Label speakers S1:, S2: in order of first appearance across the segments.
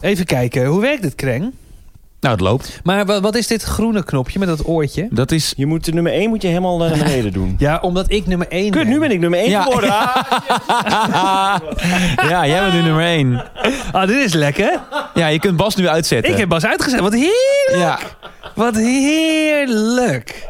S1: Even kijken, hoe werkt dit, Kreng?
S2: Nou, het loopt.
S1: Maar wa- wat is dit groene knopje met dat oortje?
S2: Dat is...
S3: Je moet de nummer 1 moet je helemaal naar beneden doen.
S1: Ja, omdat ik nummer 1
S3: Kut, nu ben ik nummer 1
S2: Ja.
S3: geworden. Ah,
S2: ja, jij bent nu nummer één.
S1: Ah, dit is lekker.
S2: Ja, je kunt Bas nu uitzetten.
S1: Ik heb Bas uitgezet. Wat heerlijk.
S2: Ja.
S1: Wat heerlijk.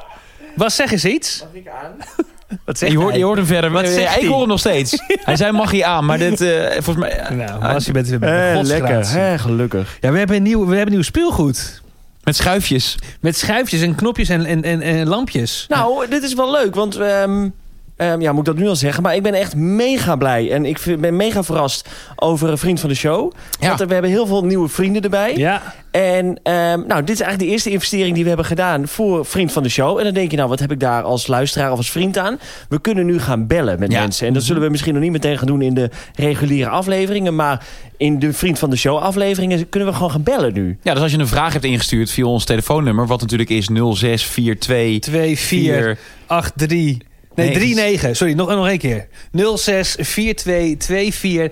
S1: Bas, zeg eens iets. Mag ik aan? Wat zeg
S2: Je hoort,
S1: jij?
S2: je hoort hem verder.
S1: Wat
S2: Ja,
S1: zegt
S2: ik
S1: hij?
S2: hoor hem nog steeds. Hij zei mag hij aan, maar dit eh, volgens mij...
S1: Nou, Bas, je bent weer bij
S3: eh,
S1: de
S3: lekker,
S1: godsgratie.
S3: hè, gelukkig.
S1: Ja, we hebben, een nieuw, we hebben nieuw speelgoed.
S2: Met schuifjes.
S1: Met schuifjes en knopjes en, en, en, en lampjes.
S3: Nou, dit is wel leuk, want... ehm, ehm, ja, moet ik dat nu al zeggen? Maar ik ben echt mega blij. En ik vind- ben mega verrast over een vriend van de show.
S2: Ja.
S3: Want eh, we hebben heel veel nieuwe vrienden erbij.
S1: Ja.
S3: En ehm, nou, dit is eigenlijk de eerste investering die we hebben gedaan voor Vriend van de Show. En dan denk je, nou, wat heb ik daar als luisteraar of als vriend aan? We kunnen nu gaan bellen met
S2: Ja.
S3: mensen. En dat zullen we misschien nog niet meteen gaan doen in de reguliere afleveringen. Maar in de Vriend van de Show afleveringen kunnen we gewoon gaan bellen nu.
S2: Ja, dus als je een vraag hebt ingestuurd via ons telefoonnummer... wat natuurlijk is 0642...
S1: 2, 4, 8, 3. Nee,
S2: Nee,
S1: 3, 9. Sorry, nog, nog een keer. 06, 4, 2, 2, 4,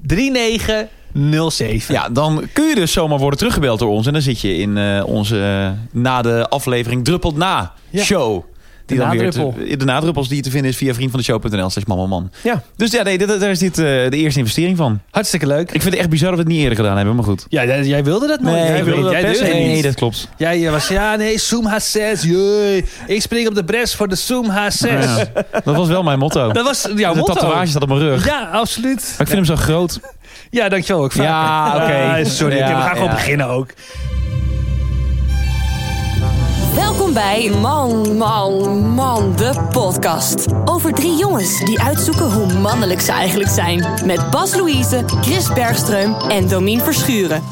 S1: 3, 9, 0, 7.
S2: Ja, dan kun je dus zomaar worden teruggebeld door ons. En dan zit je in eh, onze eh, na de aflevering druppelt na
S1: Ja.
S2: show.
S1: De
S2: dan weer
S1: nadruppel.
S2: te- de nadruppels die te vinden is via vriendvandeshow.nl slash mammaman.
S3: Ja.
S2: Dus ja, nee, dit- daar is dit eh, de eerste investering van.
S1: Hartstikke leuk.
S2: Ik vind het echt bizar dat we het niet eerder gedaan hebben, maar goed.
S1: Ja, jij- jij wilde dat nooit. jij
S2: ik wilde
S1: wilde
S2: dat
S1: jij
S2: best-
S1: durfde
S2: nee,
S1: niet.
S2: dat klopt.
S1: Jij eh, was, ja, nee, Zoom H6. jee. Ik spring op de bres voor de Zoom H6.
S2: Ja. Dat was wel mijn motto.
S1: Dat was jouw
S2: de
S1: motto.
S2: tatoeage staat op mijn rug.
S1: Ja, absoluut.
S2: Maar ik vind hem zo groot.
S1: Ja, dankjewel ook. vaker.
S2: Ja, oké.
S1: Ah, sorry,
S2: Ja,
S1: we gaan gewoon
S2: ja.
S1: beginnen ook.
S4: Welkom bij Man, Man, Man, de podcast. Over drie jongens die uitzoeken hoe mannelijk ze eigenlijk zijn. Met Bas Louise, Chris Bergström en Domien Verschuren.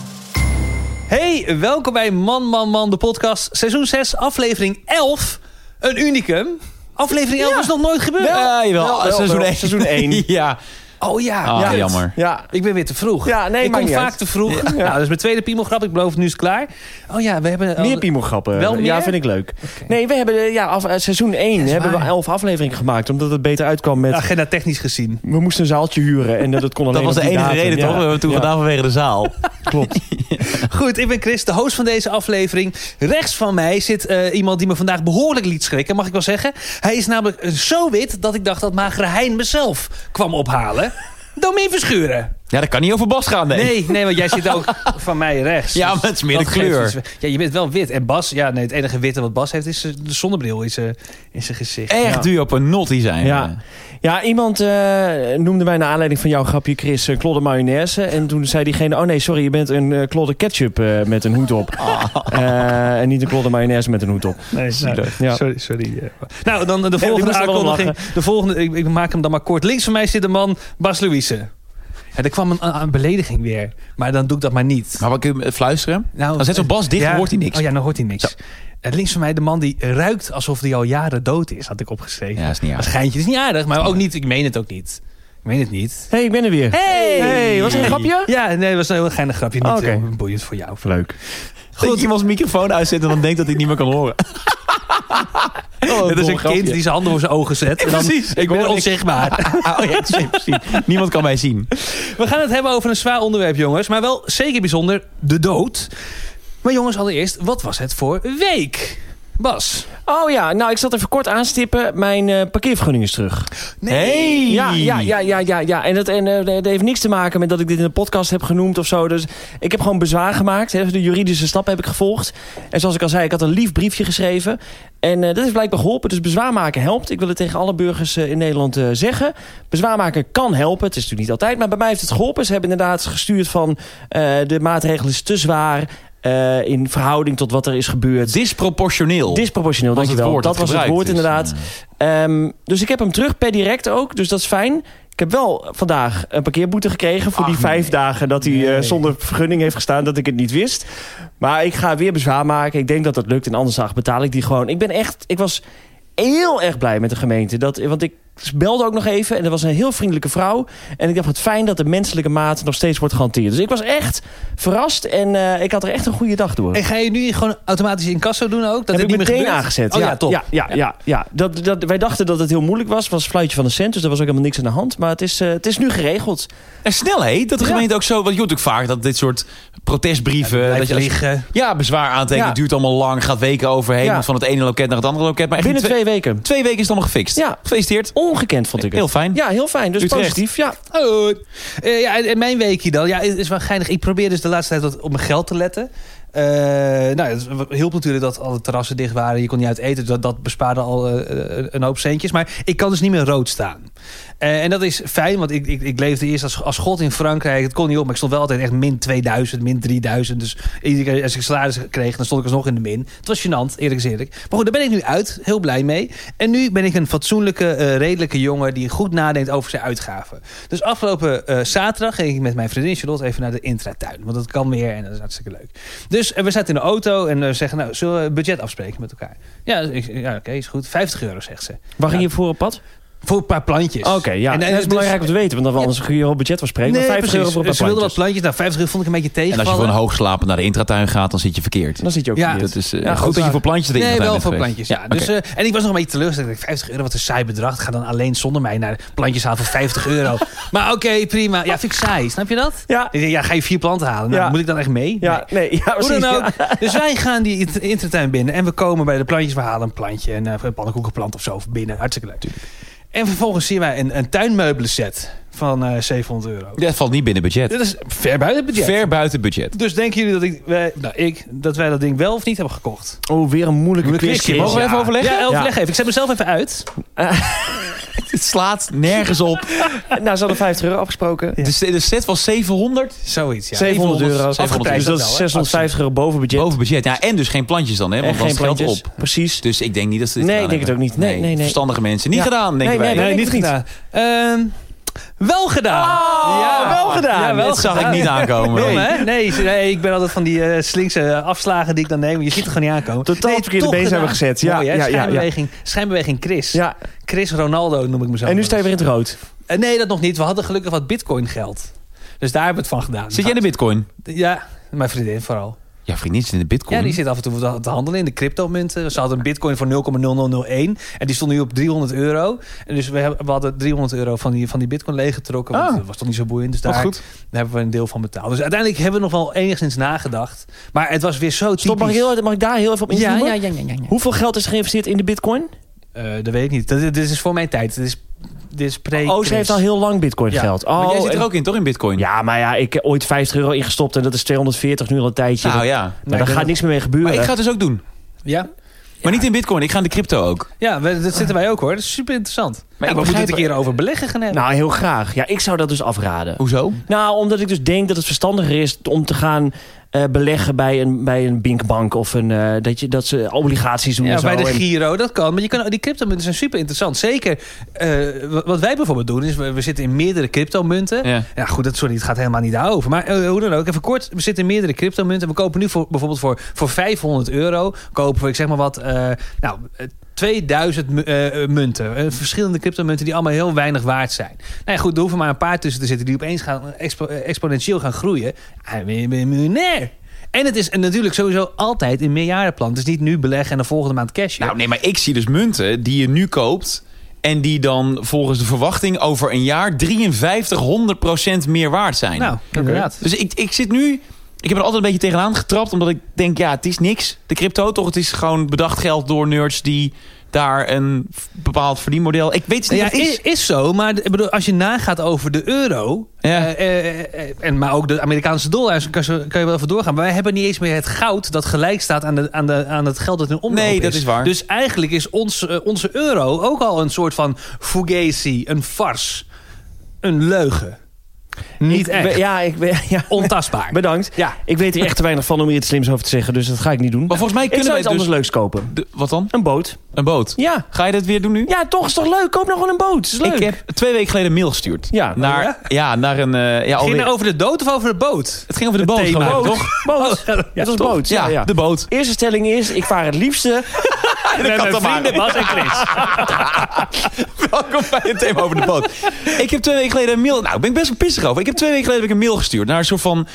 S1: Hey, welkom bij Man Man Man, de podcast. Seizoen 6, aflevering 11. Een unicum. Aflevering 11 is nog nooit gebeurd. Eh,
S2: Ja, jawel.
S3: wel, wel,
S2: seizoen
S3: wel.
S2: 1.
S3: Seizoen één.
S2: ja.
S1: Oh ja.
S2: Ah,
S1: ja.
S2: jammer.
S3: Ja,
S1: Ik ben weer te vroeg.
S3: Ja, nee,
S1: ik
S3: maakt
S1: kom
S3: niet
S1: vaak
S3: uit.
S1: te vroeg. Nou, dat is mijn tweede piemelgrap. Ik beloof het, nu is het klaar. Oh ja, we hebben...
S3: meer piemelgrappen.
S1: Wel
S3: Ja,
S1: meer?
S3: vind ik leuk. Nee, we hebben eh, ja, af, eh, seizoen 1 hebben we
S1: waar.
S3: elf afleveringen gemaakt. Omdat het beter uitkwam met...
S1: Agenda technisch gezien.
S3: We moesten een zaaltje huren en dat het kon
S2: Dat
S3: alleen
S2: was de
S3: op die
S2: enige
S3: datum.
S2: reden,
S3: Ja.
S2: toch? We hebben toen
S3: Ja.
S2: gedaan vanwege de zaal.
S3: Klopt.
S1: Goed, ik ben Chris, de host van deze aflevering. Rechts van mij zit eh, iemand die me vandaag behoorlijk liet schrikken, mag ik wel zeggen. Hij is namelijk zo wit dat ik dacht dat Magere Hein mezelf kwam ophalen. Domien Verschuren.
S2: Ja, dat kan niet over Bas gaan, nee.
S1: Nee, nee, want jij zit ook van mij rechts.
S2: Ja,
S1: Dus
S2: maar het is meer de
S1: dat geeft
S2: kleur.
S1: iets- Ja, je bent wel wit. En Bas, ja, nee, het enige witte wat Bas heeft is eh, de zonnebril in zijn, in zijn gezicht.
S2: Echt duur op een notty zijn.
S3: Ja. Ja, iemand eh, noemde mij naar aanleiding van jouw grapje, Chris, een klodder mayonaise. En toen zei diegene, oh nee, sorry, je bent een eh klodder ketchup eh, met een hoed op.
S1: Ah.
S3: Eh, en niet een klodder mayonaise met een hoed op.
S1: Nee, nou,
S3: Ja.
S1: Sorry, sorry. eh. Nou, dan de
S3: die
S1: volgende
S3: moest er wel om
S1: aankondiging. De volgende, ik, ik maak hem dan maar kort. Links van mij zit de man Bas Louise. Ja, er kwam een, een belediging weer. Maar dan doe ik dat maar niet.
S2: Maar wat kun je fluisteren?
S1: Nou,
S2: Dan zet zo'n Bas dicht, dan hoort hij niks.
S1: Oh ja, dan hoort hij niks.
S2: Zo.
S1: Eh, links van mij de man die ruikt alsof hij al jaren dood is, had ik opgeschreven.
S2: Ja, is niet
S1: Als
S2: aardig.
S1: geintje. Het is niet aardig, maar ook niet. Ik meen het ook niet. Ik meen het niet.
S3: Hé, hey, ik ben er weer.
S1: Hey!
S3: Hey, was het een grapje?
S1: Ja, nee, dat was een heel geinig grapje. Niet
S3: Oh, oké.
S1: heel boeiend voor jou.
S3: Leuk.
S2: Dat je iemands microfoon uitzet en dan denkt dat hij het niet meer kan horen.
S1: Het is een kind die
S2: die...
S1: zijn handen voor zijn ogen zet. en dan,
S2: Precies.
S1: Ik
S2: Ik
S1: ben
S2: hoor niks.
S1: onzichtbaar.
S2: Oh, ja, precies, precies. Niemand kan mij zien.
S1: We gaan het hebben over een zwaar onderwerp, jongens. Maar wel zeker bijzonder, de dood. Maar jongens, allereerst, wat was het voor week? Bas.
S3: Oh ja, nou, ik zat even kort aanstippen. Mijn eh, parkeervergunning is terug.
S2: Nee.
S3: Ja, ja, ja, ja, ja. ja. En, dat, en eh, dat heeft niks te maken met dat ik dit in de podcast heb genoemd of zo. Dus ik heb gewoon bezwaar gemaakt. Hè. De juridische stap heb ik gevolgd. En zoals ik al zei, ik had een lief briefje geschreven. En eh, dat is blijkbaar geholpen. Dus bezwaar maken helpt. Ik wil het tegen alle burgers eh, in Nederland eh, zeggen. Bezwaar maken kan helpen. Het is natuurlijk niet altijd. Maar bij mij heeft het geholpen. Ze hebben inderdaad gestuurd van eh, de maatregel is te zwaar. eh, in verhouding tot wat er is gebeurd.
S2: Disproportioneel.
S3: Disproportioneel,
S2: was het
S3: dankjewel.
S2: woord
S3: Dat
S2: dat
S3: was het
S2: gebruikt
S3: woord
S2: is.
S3: inderdaad. Ehm, dus ik heb hem terug per direct ook, dus dat is fijn. Ik heb wel vandaag een parkeerboete gekregen voor die vijf dagen dat hij eh, zonder vergunning heeft gestaan, dat ik het niet wist. Maar ik ga weer bezwaar maken. Ik denk dat dat lukt en anders dag betaal ik die gewoon. Ik ben echt, ik was heel erg blij met de gemeente. Dat, want ik belde ook nog even en er was een heel vriendelijke vrouw. En ik dacht, wat fijn dat de menselijke maat nog steeds wordt gehanteerd. Dus ik was echt verrast en eh, ik had er echt een goede dag door
S1: En ga je nu gewoon automatisch incasso doen ook? Dat dit
S3: heb ik
S1: niet meer
S3: meteen
S1: gebeurt?
S3: aangezet.
S1: Oh ja,
S3: ja,
S1: top.
S3: Ja, ja, ja, ja. Dat, dat, wij dachten dat het heel moeilijk was. Het was een fluitje van een cent, dus er was ook helemaal niks aan de hand. Maar het is, eh, het is nu geregeld.
S2: En snelheid. Dat de gemeente ook zo... Want je hoort ook vaak dat dit soort protestbrieven.
S1: Blijft
S2: dat je als je-
S1: liggen.
S2: ja, bezwaar aantekenen.
S3: Ja.
S2: Duurt allemaal lang. Gaat weken overheen.
S3: Ja.
S2: Moet van het ene loket naar het andere loket. Maar echt in
S3: Binnen twee weken.
S2: twee weken is het allemaal gefixt.
S3: Ja.
S2: Gefeliciteerd.
S3: Ongekend vond ik het.
S2: Heel fijn.
S3: Ja, heel fijn. Dus
S2: Utrecht.
S3: positief. Ja.
S1: Hoi. Eh, ja, en en mijn weekje dan. Ja, is is wel geinig. Ik probeer dus de laatste tijd wat op mijn geld te letten. Eh nou, het hielp natuurlijk dat alle terrassen dicht waren. Je kon niet uit eten. Dus dat, dat bespaarde al eh, eh, een hoop centjes. Maar ik kan dus niet meer rood staan. Eh, en dat is fijn, want ik, ik, ik leefde eerst als, als god in Frankrijk. Het kon niet op, maar ik stond wel altijd echt min 2000, min 3000. Dus iedere keer als ik salaris kreeg, dan stond ik alsnog in de min. Het was gênant, eerlijk gezegd. Maar goed, daar ben ik nu uit. Heel blij mee. En nu ben ik een fatsoenlijke, eh, redelijke jongen... die goed nadenkt over zijn uitgaven. Dus afgelopen eh, zaterdag ging ik met mijn vriendin Charlotte... even naar de intratuin, want dat kan weer en dat is hartstikke leuk. Dus eh, we zaten in de auto en eh, we zeggen... nou, zullen we een budget afspreken met elkaar? Ja, dus ik- ja oké, is goed. 50 euro, zegt ze.
S3: Waar ging je voor op pad?
S1: Voor een paar plantjes.
S3: Oké, ja.
S1: En- en
S3: dat is
S1: dus-
S3: belangrijk om te weten. Want dan anders kun je op budget wel spreken. maar 50 euro voor een
S1: precies. Ze
S3: paar
S1: wilden wat plantjes.
S3: plantjes.
S1: Nou, 50 euro vond ik een beetje tegen.
S2: En als je voor een hoogslapen naar de intratuin gaat, dan zit je verkeerd.
S3: Dan zit je ook
S1: Ja.
S3: verkeerd.
S2: Dat is eh,
S3: Ja,
S2: goed
S3: goed
S2: dat je
S3: waar.
S2: voor plantjes de
S1: Nee,
S2: intratuin
S1: wel
S2: bent
S1: voor
S2: geweest.
S1: plantjes. Ja.
S2: oké.
S1: dus, eh, en ik was nog een beetje teleurgesteld. Ik dacht, 50 euro, wat een saai bedrag. Ga dan alleen zonder mij naar plantjes halen voor 50 euro. maar oké, prima. Ja, vind ik saai. Snap je dat?
S3: Ja.
S1: Ik denk, Ja, ga je vier planten halen? Nou,
S3: Ja.
S1: Moet ik dan echt mee?
S3: Ja, nee. Ja,
S1: Hoe
S3: precies,
S1: dan
S3: ja.
S1: ook. Dus wij gaan die int- intratuin binnen. En we komen bij de plantjes. We halen een plantje. Een, eh, een pannenkoekenplant of zo. Of binnen. Hartstikke leuk. En vervolgens zien wij een, een tuinmeubelenset van eh 700 euro.
S2: Dat valt niet binnen budget.
S1: Dit is ver buiten het budget.
S2: Ver buiten budget.
S1: Dus denken jullie dat ik, wij, nou, ik, dat wij dat ding wel of niet hebben gekocht?
S3: Oh, weer een moeilijke,
S2: quizje. Mogen we
S1: Ja.
S2: even overleggen?
S1: Ja, overleg
S3: Ja.
S1: even. Ik zet mezelf even uit.
S2: Het slaat nergens op.
S3: Nou, ze hadden 50 euro afgesproken.
S2: De, se- de set was 700
S1: Zoiets, ja.
S3: 700 euro.
S1: Afgeprijsd
S3: Dus dat
S1: wel,
S3: is
S1: hè?
S3: 650 euro boven budget.
S2: boven budget. Ja, en dus geen plantjes dan, hè? Want
S3: en
S2: dan
S3: geen
S2: geld
S3: plantjes.
S2: op.
S3: Precies.
S2: Dus ik denk niet dat ze dit
S3: Nee,
S2: gedaan
S3: ik denk het
S2: hebben.
S3: ook niet. Nee, nee, nee.
S2: Verstandige mensen. Niet
S3: Ja.
S2: gedaan, denken
S3: Nee,
S2: wij.
S3: nee,
S1: Nee, niet
S3: ik niet.
S1: gedaan. Ehm, wel gedaan.
S3: ja, wel gedaan.
S1: Oh! Ja, wel
S2: dat zag ik
S1: gedaan.
S2: niet aankomen.
S1: Dom, hè? Nee, ze- nee, ik ben altijd van die eh, slinkse afslagen die ik dan neem. Je ziet het gewoon niet aankomen.
S3: Totaal
S1: nee,
S3: op verkeerde
S1: toch
S3: been zijn we
S1: gedaan.
S3: gezet. Ja,
S1: Mooi, hè?
S3: ja, ja, ja.
S1: schijnbeweging, schijnbeweging Chris.
S3: Ja,
S1: Chris Ronaldo noem ik mezelf.
S3: en nu sta je weer in het rood.
S1: Eh, Nee, dat nog niet. We hadden gelukkig wat bitcoin geld. Dus daar hebben we het van gedaan.
S2: Zit jij in de bitcoin?
S1: Ja, mijn vriendin vooral.
S2: Ja, vriendin zit in de bitcoin.
S1: Ja, die zit af en toe wat te handelen in de cryptomunten. Ze hadden een bitcoin voor 0,0001 en die stond nu op 300 euro. En dus we, hebben, we hadden 300 euro van die, van die bitcoin leeggetrokken. Want
S2: Ah.
S1: dat was toch niet zo boeiend. Dus daar,
S2: Wat goed.
S1: daar hebben we een deel van betaald. Dus uiteindelijk hebben we nog wel enigszins nagedacht. Maar het was weer zo typisch.
S3: Stop, mag ik, heel, mag ik daar heel even op
S1: ja,
S3: inzoomen?
S1: ja, ja, ja, ja, ja.
S3: Hoeveel geld is geïnvesteerd in de bitcoin?
S1: Eh, dat weet ik niet. Dat, dit is voor mijn tijd. Dit is, dit is pre
S3: Oh, ze heeft al heel lang bitcoin
S1: Ja.
S3: geld. Oh,
S2: Maar jij zit
S3: en-
S2: er ook in, toch? In bitcoin?
S3: Ja, maar ja, ik heb ooit 50 euro ingestopt en dat is 240 nu al een tijdje.
S2: Nou
S3: Dat-
S2: ja.
S3: Maar daar
S1: Nee,
S3: gaat
S1: dat-
S3: niks meer mee
S2: Maar
S3: gebeuren.
S2: ik ga het dus ook doen.
S1: Ja,
S2: Maar niet in bitcoin. Ik ga in de crypto ook.
S1: ja we- dat zitten wij ook hoor. Dat is super interessant.
S2: Maar
S1: Maar
S2: ik
S1: we moeten het een
S2: begrijp-
S1: keer over beleggen gaan hebben.
S3: Nou, heel graag. Ja, ik zou dat dus afraden.
S2: Hoezo?
S3: Nou, omdat ik dus denk dat het verstandiger is om te gaan eh, beleggen bij een, bij een binkbank of een, eh, dat, je, dat ze obligaties doen.
S1: Ja,
S3: en zo.
S1: bij de
S3: En-
S1: Giro, dat kan. Maar je kan, die cryptomunten zijn super interessant. Zeker eh, wa- wat wij bijvoorbeeld doen, is we, we zitten in meerdere cryptomunten. Ja.
S2: Ja.
S1: goed, dat, sorry, het gaat helemaal niet daarover. Maar eh, hoe dan ook, even kort. We zitten in meerdere cryptomunten. We kopen nu voor, bijvoorbeeld voor, voor 500 euro, kopen we, ik zeg maar wat, eh, nou... eh, 2000 mu- eh, eh, munten. Eh, verschillende cryptomunten die allemaal heel weinig waard zijn. Nou ja, goed, er hoeven maar een paar tussen te zitten... die opeens gaan expo- eh, exponentieel gaan groeien. Ja, ben je ben je miljonair. En het is eh, natuurlijk sowieso altijd een meerjarenplan. Het is niet nu beleggen en de volgende maand cashen.
S2: Nou, nee, maar ik zie dus munten die je nu koopt. En die dan volgens de verwachting over een jaar 5300% meer waard zijn.
S1: Nou, inderdaad.
S2: Dus ik, ik zit nu. Ik heb er altijd een beetje tegenaan getrapt. Omdat ik denk, ja, het is niks. De crypto toch? Het is gewoon bedacht geld door nerds die daar een v- bepaald verdienmodel. Ik weet het niet.
S1: Ja,
S2: wat het is.
S1: is, is zo, maar de- ik bedoel, als je nagaat over de euro...
S2: Ja.
S1: eh, eh, eh, en, maar ook de Amerikaanse dollar, dus kan, je- kan je wel even doorgaan. Maar wij hebben niet eens meer het goud dat gelijk staat aan, de, aan, de, aan het geld dat in omloop
S2: Nee, dat is waar.
S1: Dus eigenlijk is ons, eh, onze euro ook al een soort van fugazi, een farce, een leugen. Niet
S3: Ik-
S1: echt,
S3: Eh, Ja, ik, ben- ja,
S1: ontastbaar.
S3: bedankt.
S1: Ja.
S3: Ik weet er echt te weinig van om hier iets slims over te zeggen, dus dat ga ik niet doen.
S2: Maar volgens mij
S3: ik
S2: kunnen
S3: zou
S2: wij
S3: iets
S2: dus...
S3: anders leuks kopen.
S2: De- wat dan?
S3: Een boot.
S2: Een boot.
S3: Ja.
S2: Ga je dat weer doen nu?
S3: Ja, toch is toch leuk? Koop nog wel een boot. Is leuk.
S2: Ik heb twee weken geleden een mail gestuurd.
S3: Ja.
S2: Naar, ja? naar een... eh, ja,
S1: Ging het
S2: alweer-
S1: nou over de dood of over de boot?
S2: het ging over de boot,
S1: thema.
S2: geloof ik, toch?
S3: Boot. Boot. Het was boot.
S2: Ja,
S3: Ja, ja.
S2: de boot.
S3: Eerste stelling is, ik vaar het liefste
S1: Met mijn vrienden Bas en Chris.
S2: Welkom bij het thema over de boot. ik heb twee weken geleden een mail... Nou, ik ben ik best wel pissig over. Ik heb twee weken geleden heb ik een mail gestuurd naar een soort van...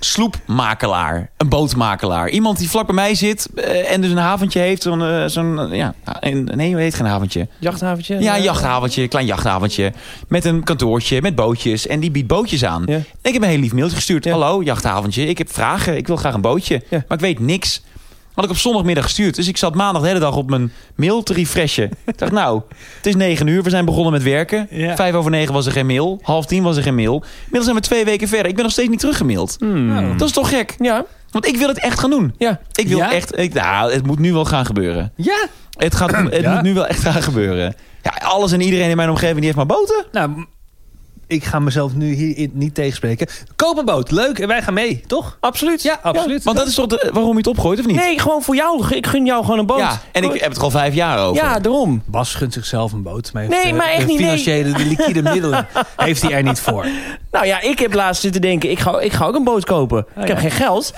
S2: sloepmakelaar. Een bootmakelaar. Iemand die vlak bij mij zit eh, en dus een haventje heeft. Zo'n, eh, zo'n, eh, ja, een- nee, hoe heet geen haventje?
S3: Jachthaventje? Eh,
S2: Ja, een jachthaventje, klein jachthaventje. Met een kantoortje, met bootjes. En die biedt bootjes aan.
S3: Ja.
S2: Ik heb een heel lief mailtje gestuurd.
S3: Ja.
S2: Hallo, jachthaventje. Ik heb vragen. Ik wil graag een bootje.
S3: Ja.
S2: Maar ik weet niks. Had ik op zondagmiddag gestuurd. Dus ik zat maandag de hele dag op mijn mail te refreshen. ik dacht, nou, het is negen uur. We zijn begonnen met werken.
S1: Ja.
S2: Vijf over negen was er geen mail. Half tien was er geen mail. Inmiddels zijn we twee weken verder. Ik ben nog steeds niet teruggemaild.
S1: Nou,
S3: Hmm.
S2: Dat is toch gek?
S3: Ja,
S2: Want ik wil het echt gaan doen.
S3: ja.
S2: Ik wil
S1: Ja?
S2: echt... Ik, nou, het moet nu wel gaan gebeuren.
S1: Ja.
S2: Het, gaat, het
S1: Ja?
S2: moet nu wel echt gaan gebeuren. Ja, alles en iedereen in mijn omgeving die heeft maar boten.
S1: Nou, m- ik ga mezelf nu hier niet tegenspreken. Koop een boot. Leuk. En wij gaan mee, toch?
S3: Absoluut.
S1: Ja, absoluut.
S2: Want dat is toch de- waarom je het opgooit, of niet?
S3: Nee, gewoon voor jou. Ik gun jou gewoon een boot.
S2: Ja, en ik heb het er al vijf jaar over.
S3: Ja, daarom.
S1: Bas gunt zichzelf een boot. Maar heeft,
S3: Nee,
S1: eh,
S3: maar echt
S1: de
S3: niet, nee.
S1: financiële, de liquide middelen heeft hij er niet voor.
S3: Nou ja, ik heb laatst zitten denken, ik ga, ik ga ook een boot kopen.
S2: Oh,
S3: ik heb geen geld.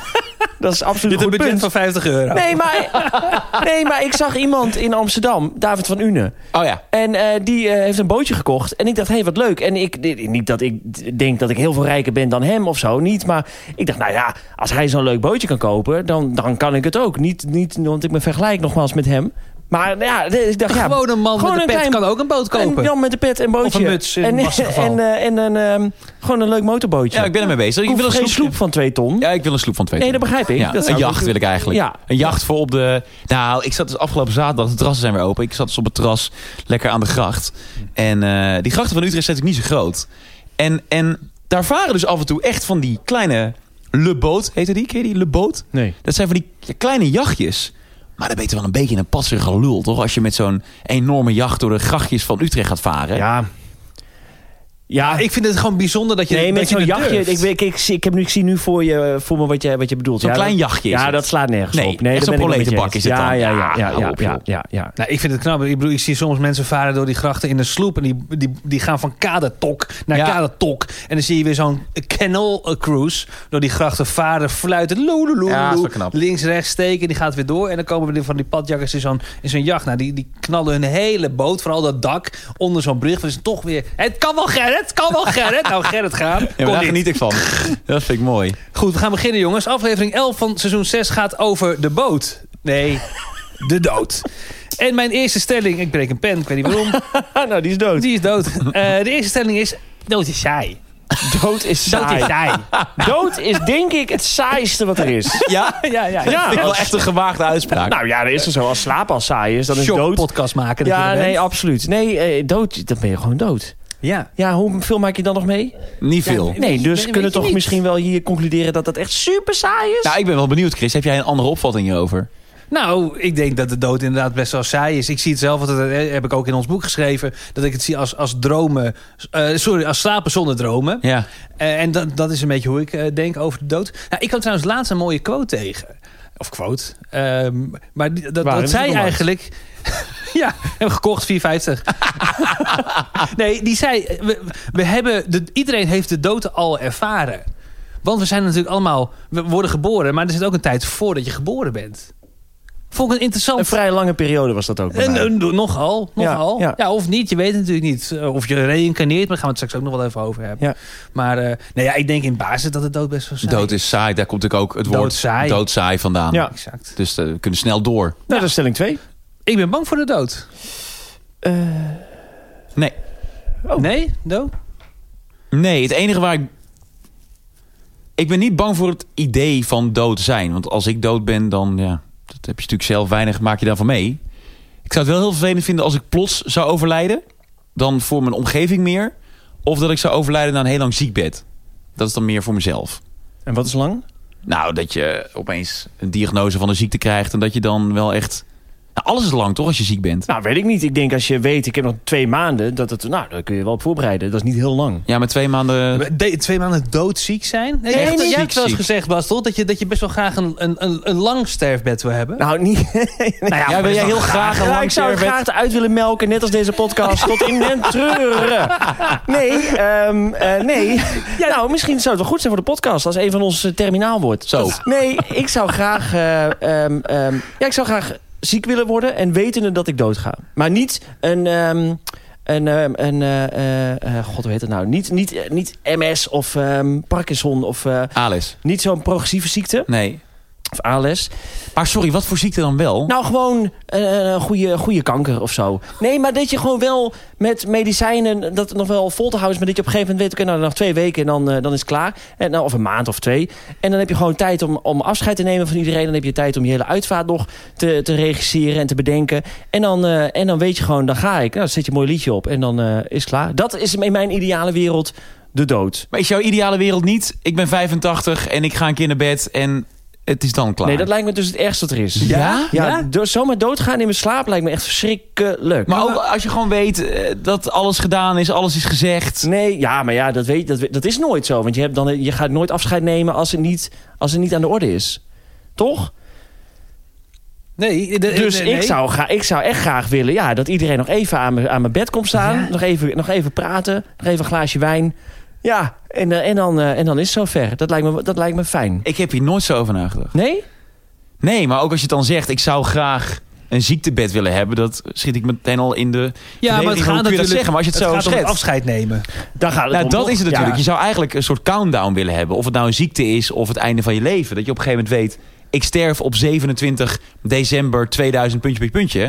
S3: Dat is absoluut
S1: Met
S3: een
S1: een
S3: goed
S1: budget
S3: punt.
S1: van 50 euro.
S3: Nee maar, nee, maar ik zag iemand in Amsterdam, David van Une.
S2: Oh ja.
S3: En eh, die eh, heeft een bootje gekocht. En ik dacht, hé, hey, wat leuk. En ik, dit- niet dat ik d- denk dat ik heel veel rijker ben dan hem of zo, niet. Maar ik dacht, nou ja, als hij zo'n leuk bootje kan kopen, dan, dan kan ik het ook. Niet, niet, want ik me vergelijk nogmaals met hem. Maar ja, d- ik dacht, ja,
S1: gewoon een man
S3: gewoon
S1: met
S3: een
S1: een pet
S3: klein-
S1: kan ook een boot kopen.
S3: en dan met de pet en bootje.
S1: Of een muts in
S3: en,
S1: Bas' geval.
S3: En, eh, en een, ehm, gewoon een leuk motorbootje.
S2: ja, ik ben ermee bezig.
S3: Ik
S2: Ik wil een
S3: geen
S2: sloepje.
S3: sloep van twee ton.
S2: Ja, ik wil een sloep van twee.
S3: Nee, dat
S2: tonnen.
S3: begrijp ik.
S2: Ja,
S3: Dat zou
S2: een
S3: ik
S2: jacht
S3: ook-
S2: wil ik eigenlijk.
S3: Ja.
S2: Een jacht voor op de... Nou, ik zat dus afgelopen zaterdag, de terrassen zijn weer open. Ik zat dus op het terras, lekker aan de gracht. En eh, die grachten van Utrecht zijn natuurlijk niet zo groot. En, en daar varen dus af en toe echt van die kleine... Leboot, heette die? Ken je die? Leboot?
S3: Nee.
S2: Dat zijn van die ja, kleine jachtjes. Maar dan ben je wel een beetje in een patserige lul, toch? Als je met zo'n enorme jacht door de grachtjes van Utrecht gaat varen.
S3: Ja. Ja,
S1: Ik vind het gewoon bijzonder dat je
S3: nee,
S1: dat
S3: met
S1: je
S3: zo'n
S1: het
S3: jachtje.
S1: durft.
S3: Ik, weet- ik, ik, zie- ik, heb nu, ik zie nu voor, je, voor me wat je, wat je bedoelt.
S2: Zo'n
S3: ja,
S2: klein
S3: dat-
S2: jachtje is
S3: Ja,
S2: het.
S3: dat slaat nergens
S2: Nee,
S3: op. Nee,
S2: echt
S3: dat
S2: zo'n
S3: ben ik met je
S2: proletenbak
S3: eens.
S2: is het
S3: ja,
S2: dan.
S3: Ja,
S2: Ja,
S3: ja, ja,
S2: hou
S3: ja,
S2: op,
S3: ja,
S2: joh.
S3: ja, ja.
S1: Nou, ik vind het knap. Ik bedoel, ik zie soms mensen varen door die grachten in een sloep. En die, die, die gaan van kadertok naar
S2: Ja.
S1: kadertok. En dan zie je weer zo'n canal eh, cruise. Door die grachten varen, fluiten. Loeloeloe,
S2: Ja, is wel knap.
S1: Links, rechts steken. Die gaat weer door. En dan komen we van die padjakkers in zo'n in zo'n jacht. Nou, die, die knallen hun hele boot. Vooral dat dak onder zo'n brug. Dat is toch weer... Het kan wel Gerrit, het kan wel Gerrit. nou, Gerrit gaan.
S2: Ja,
S1: Kon
S2: maar daar
S1: niet.
S2: geniet ik van. Dat vind ik mooi.
S1: Goed, we gaan beginnen jongens. Aflevering 11 van seizoen 6 gaat over de boot. Nee, de dood. En mijn eerste stelling, ik breek een pen, ik weet niet waarom.
S3: nou, die is dood.
S1: Die is dood. Eh, de eerste stelling is, dood is saai.
S3: dood is
S1: Dood is
S3: saai.
S1: saai.
S3: dood is denk ik het saaiste wat er is.
S2: Ja?
S1: Ja, ja, ja.
S2: Dat vind ik wel echt een gewaagde uitspraak.
S3: Nou ja, dat is er zo. Als slaap al saai is, dan is
S1: Shock
S3: dood...
S1: podcast maken. dat je
S3: Ja,
S1: er
S3: nee,
S1: bent.
S3: absoluut. Nee, eh, dood, dan ben je gewoon dood.
S1: ja.
S3: Ja, hoeveel maak je dan nog mee?
S2: niet veel.
S3: Nee,
S1: Weet-
S3: dus
S1: weet-
S3: kunnen
S1: weet
S3: we
S1: je
S3: toch
S1: niet.
S3: misschien wel hier concluderen dat dat echt super saai is?
S2: Nou, ik ben wel benieuwd, Chris. Heb jij een andere opvatting hierover?
S1: Nou, ik denk dat de dood inderdaad best wel saai is. Ik zie het zelf, want dat eh, heb ik ook in ons boek geschreven... dat ik het zie als, als dromen... eh, sorry, als slapen zonder dromen.
S2: Ja.
S1: Eh, en dat, dat is een beetje hoe ik eh, denk over de dood. Nou, ik kwam trouwens laatst een mooie quote tegen. Of quote. Ehm, maar die- dat,
S3: Waar? In
S1: dat
S3: de
S1: zei
S3: supermarkt?
S1: eigenlijk... ja, hebben gekocht 4,50. nee, die zei... eh, We, we hebben de, iedereen heeft de dood al ervaren. Want we zijn natuurlijk allemaal... We worden geboren, maar er zit ook een tijd voordat je geboren bent. Vond ik een interessant...
S3: Een vrij lange periode was dat ook bij
S1: En,
S3: mij.
S1: en, nogal, nogal. Ja,
S3: ja.
S1: of niet, je weet het natuurlijk niet. Eh, Of je reïncarneert, maar daar gaan we het straks ook nog wel even over hebben.
S3: Ja.
S1: Maar eh, nou ja, ik denk in basis dat het dood best wel saai
S2: Dood is saai. Daar komt natuurlijk ook het woord
S1: Doodsaai.
S2: doodsaai vandaan.
S3: Ja.
S1: Exact.
S2: Dus eh, we kunnen snel door.
S3: Nou, dat is stelling 2.
S1: Ik ben bang voor de dood.
S2: Nee.
S3: Oh.
S1: Nee? Dood?
S2: Nee, het enige waar ik... Ik ben niet bang voor het idee van dood zijn. Want als ik dood ben, dan... Ja, dat heb je natuurlijk zelf weinig, maak je daarvan mee. Ik zou het wel heel vervelend vinden als ik plots zou overlijden. Dan voor mijn omgeving meer. Of dat ik zou overlijden na een heel lang ziekbed. Dat is dan meer voor mezelf.
S3: En wat is lang?
S2: Nou, dat je opeens een diagnose van een ziekte krijgt. En dat je dan wel echt... Nou, alles is lang toch als je ziek bent?
S3: Nou, weet ik niet. Ik denk als je weet, ik heb nog twee maanden, dat het, nou, daar kun je wel op voorbereiden. Dat is niet heel lang.
S2: Ja, met twee maanden...
S1: De- twee maanden doodziek zijn? Nee,
S2: Nee,
S1: echt,
S2: niet
S1: jij
S2: ziek,
S1: hebt wel eens
S2: ziek.
S1: gezegd, Bas, toch? Dat je, dat je best wel graag een, een, een, een lang sterfbed wil hebben.
S3: Nou, niet.
S1: Nou ja,
S2: Ja, wil jij heel graag een
S3: Ja,
S2: lang
S3: ik zou het
S2: sterfbed?
S3: graag eruit willen melken, net als deze podcast, tot in den treuren. Nee, ehm, eh, nee. Nou, misschien zou het wel goed zijn voor de podcast als een van ons eh, terminaal wordt.
S2: Zo.
S3: Nee, ik zou graag, eh, ehm, ehm, ja, ik zou graag ziek willen worden en wetende dat ik doodga. Maar niet een, ehm, een, ehm, een eh, eh, eh, god, hoe heet dat nou? Niet, niet, eh, niet MS of ehm, Parkinson of eh,
S2: Alice.
S3: niet zo'n progressieve ziekte.
S2: Nee.
S3: Of ALS.
S2: Maar sorry, wat voor ziekte dan wel?
S3: Nou, gewoon eh, een goede, goede kanker of zo. Nee, maar dat je gewoon wel met medicijnen dat nog wel vol te houden is. Maar dat je op een gegeven moment weet, oké, nou, nog twee weken en dan, eh, dan is het klaar. En, nou, of een maand of twee. En dan heb je gewoon tijd om, om afscheid te nemen van iedereen. Dan heb je tijd om je hele uitvaart nog te, te regisseren en te bedenken. En dan, eh, en dan weet je gewoon, dan ga ik. Nou, dan zet je een mooi liedje op en dan eh, is het klaar. Dat is in mijn ideale wereld de dood.
S2: Maar is jouw ideale wereld niet? Ik ben 85 en ik ga een keer naar bed en het is dan klaar.
S3: Nee, dat lijkt me dus het ergste wat er is.
S2: Ja?
S3: Ja, do- zomaar doodgaan in mijn slaap lijkt me echt verschrikkelijk.
S2: Maar ook als je gewoon weet eh, dat alles gedaan is, alles is gezegd.
S3: Nee, ja, maar ja, dat, weet, dat, weet- dat is nooit zo. Want je, hebt dan, eh, je gaat nooit afscheid nemen als het, niet, als het niet aan de orde is. Toch?
S1: Nee, de-
S3: Dus
S1: Eh, nee, nee.
S3: Ik, zou gra- ik zou echt graag willen ja, dat iedereen nog even aan, mijn- aan mijn bed komt staan. Nog, even, nog even praten. Nog even een glaasje wijn. Ja, en, eh, en, dan, eh, en dan is het zover. Dat lijkt me, dat lijkt me fijn.
S2: Ik heb hier nooit zo over nagedacht.
S3: Nee?
S2: Nee, maar ook als je dan zegt, ik zou graag een ziektebed willen hebben, dat schiet ik meteen al in de.
S1: Ja, maar het gaat
S2: verdediging. Hoe kun je dat
S1: natuurlijk-
S2: zeggen, maar als je het, zo
S1: gaat om
S2: schetst.
S1: afscheid nemen.
S3: Dan gaat het
S2: Nou,
S3: om,
S2: dat
S3: toch?
S2: is het
S3: Ja.
S2: natuurlijk. Je zou eigenlijk een soort countdown willen hebben. Of het nou een ziekte is of het einde van je leven. Dat je op een gegeven moment weet, ik sterf op 27 december 2000, puntje, puntje, puntje.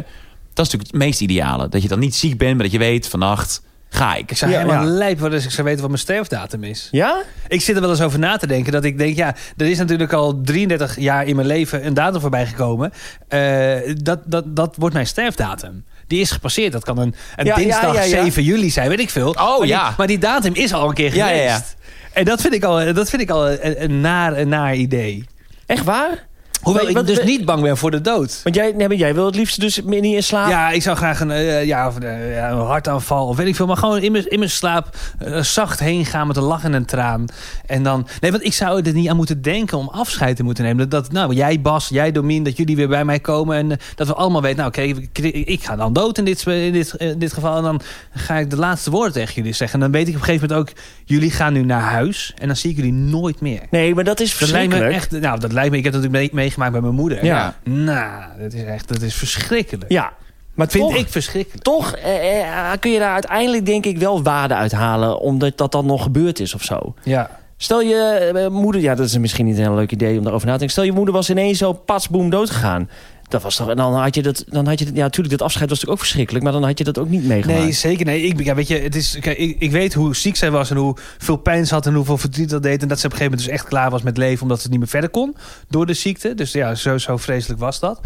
S2: Dat is natuurlijk het meest ideale. Dat je dan niet ziek bent, maar dat je weet, vannacht ga ik.
S1: Ik zou
S3: Ja,
S1: helemaal
S3: ja.
S1: lijp worden als ik zou weten wat mijn sterfdatum is.
S3: Ja?
S1: Ik zit er wel eens over na te denken. Dat ik denk, ja, er is natuurlijk al 33 jaar in mijn leven een datum voorbij gekomen. Eh, dat, dat, dat wordt mijn sterfdatum. Die is gepasseerd. Dat kan een, een
S3: Ja, ja,
S1: dinsdag
S3: ja, Oh, ja.
S1: 7 juli zijn, weet ik veel. maar die-
S2: ja.
S1: maar die datum is al een keer
S2: Ja,
S1: geweest.
S2: ja, ja.
S1: En dat vind ik al, dat vind ik al een, een naar, een naar idee.
S3: Echt waar?
S1: Hoewel
S3: Nee,
S1: ik
S3: wat-
S1: dus
S3: we-
S1: niet bang ben voor de dood.
S3: Want jij, nee, maar jij wil het liefst dus meer niet in slaap.
S1: Ja, ik zou graag een, eh, ja, of, eh, ja, een hartaanval of weet ik veel. Maar gewoon in mijn, in mijn slaap eh, zacht heen gaan met een lach en een traan. En dan, nee, want ik zou er niet aan moeten denken om afscheid te moeten nemen. Dat, dat nou, jij Bas, jij Domien, dat jullie weer bij mij komen. En eh, dat we allemaal weten, nou oké, ik- ik ga dan dood in dit, spe- in, dit, in dit geval. En dan ga ik de laatste woorden tegen jullie zeggen. En dan weet ik op een gegeven moment ook, jullie gaan nu naar huis. En dan zie ik jullie nooit meer.
S3: Nee, maar dat is
S1: Dat lijkt me
S3: verschrikkelijk.
S1: echt, nou dat lijkt me, ik heb dat natuurlijk mee- meegemaakt bij mijn moeder.
S3: Ja.
S1: Nou, dat is echt, dat is verschrikkelijk.
S3: Ja. Maar
S1: Vind
S3: toch-
S1: ik verschrikkelijk.
S3: toch eh, eh, kun je daar uiteindelijk denk ik wel waarde uithalen. Omdat dat dan nog gebeurd is of zo.
S1: Ja.
S3: Stel je eh, moeder... Ja, dat is misschien niet een heel leuk idee om daarover na te denken. Stel je moeder was ineens zo patsboom doodgegaan. Dat was toch, en dan had je dat... Dan had je, dat- ja, natuurlijk, dat afscheid was natuurlijk ook verschrikkelijk. Maar dan had je dat ook niet meegemaakt.
S1: Nee, zeker. Nee, ik, ja, weet je, het is, kijk, ik, ik weet hoe ziek zij was en hoeveel pijn ze had en hoeveel verdriet dat deed. En dat ze op een gegeven moment dus echt klaar was met leven omdat ze niet meer verder kon door de ziekte. Dus ja, zo, zo vreselijk was dat.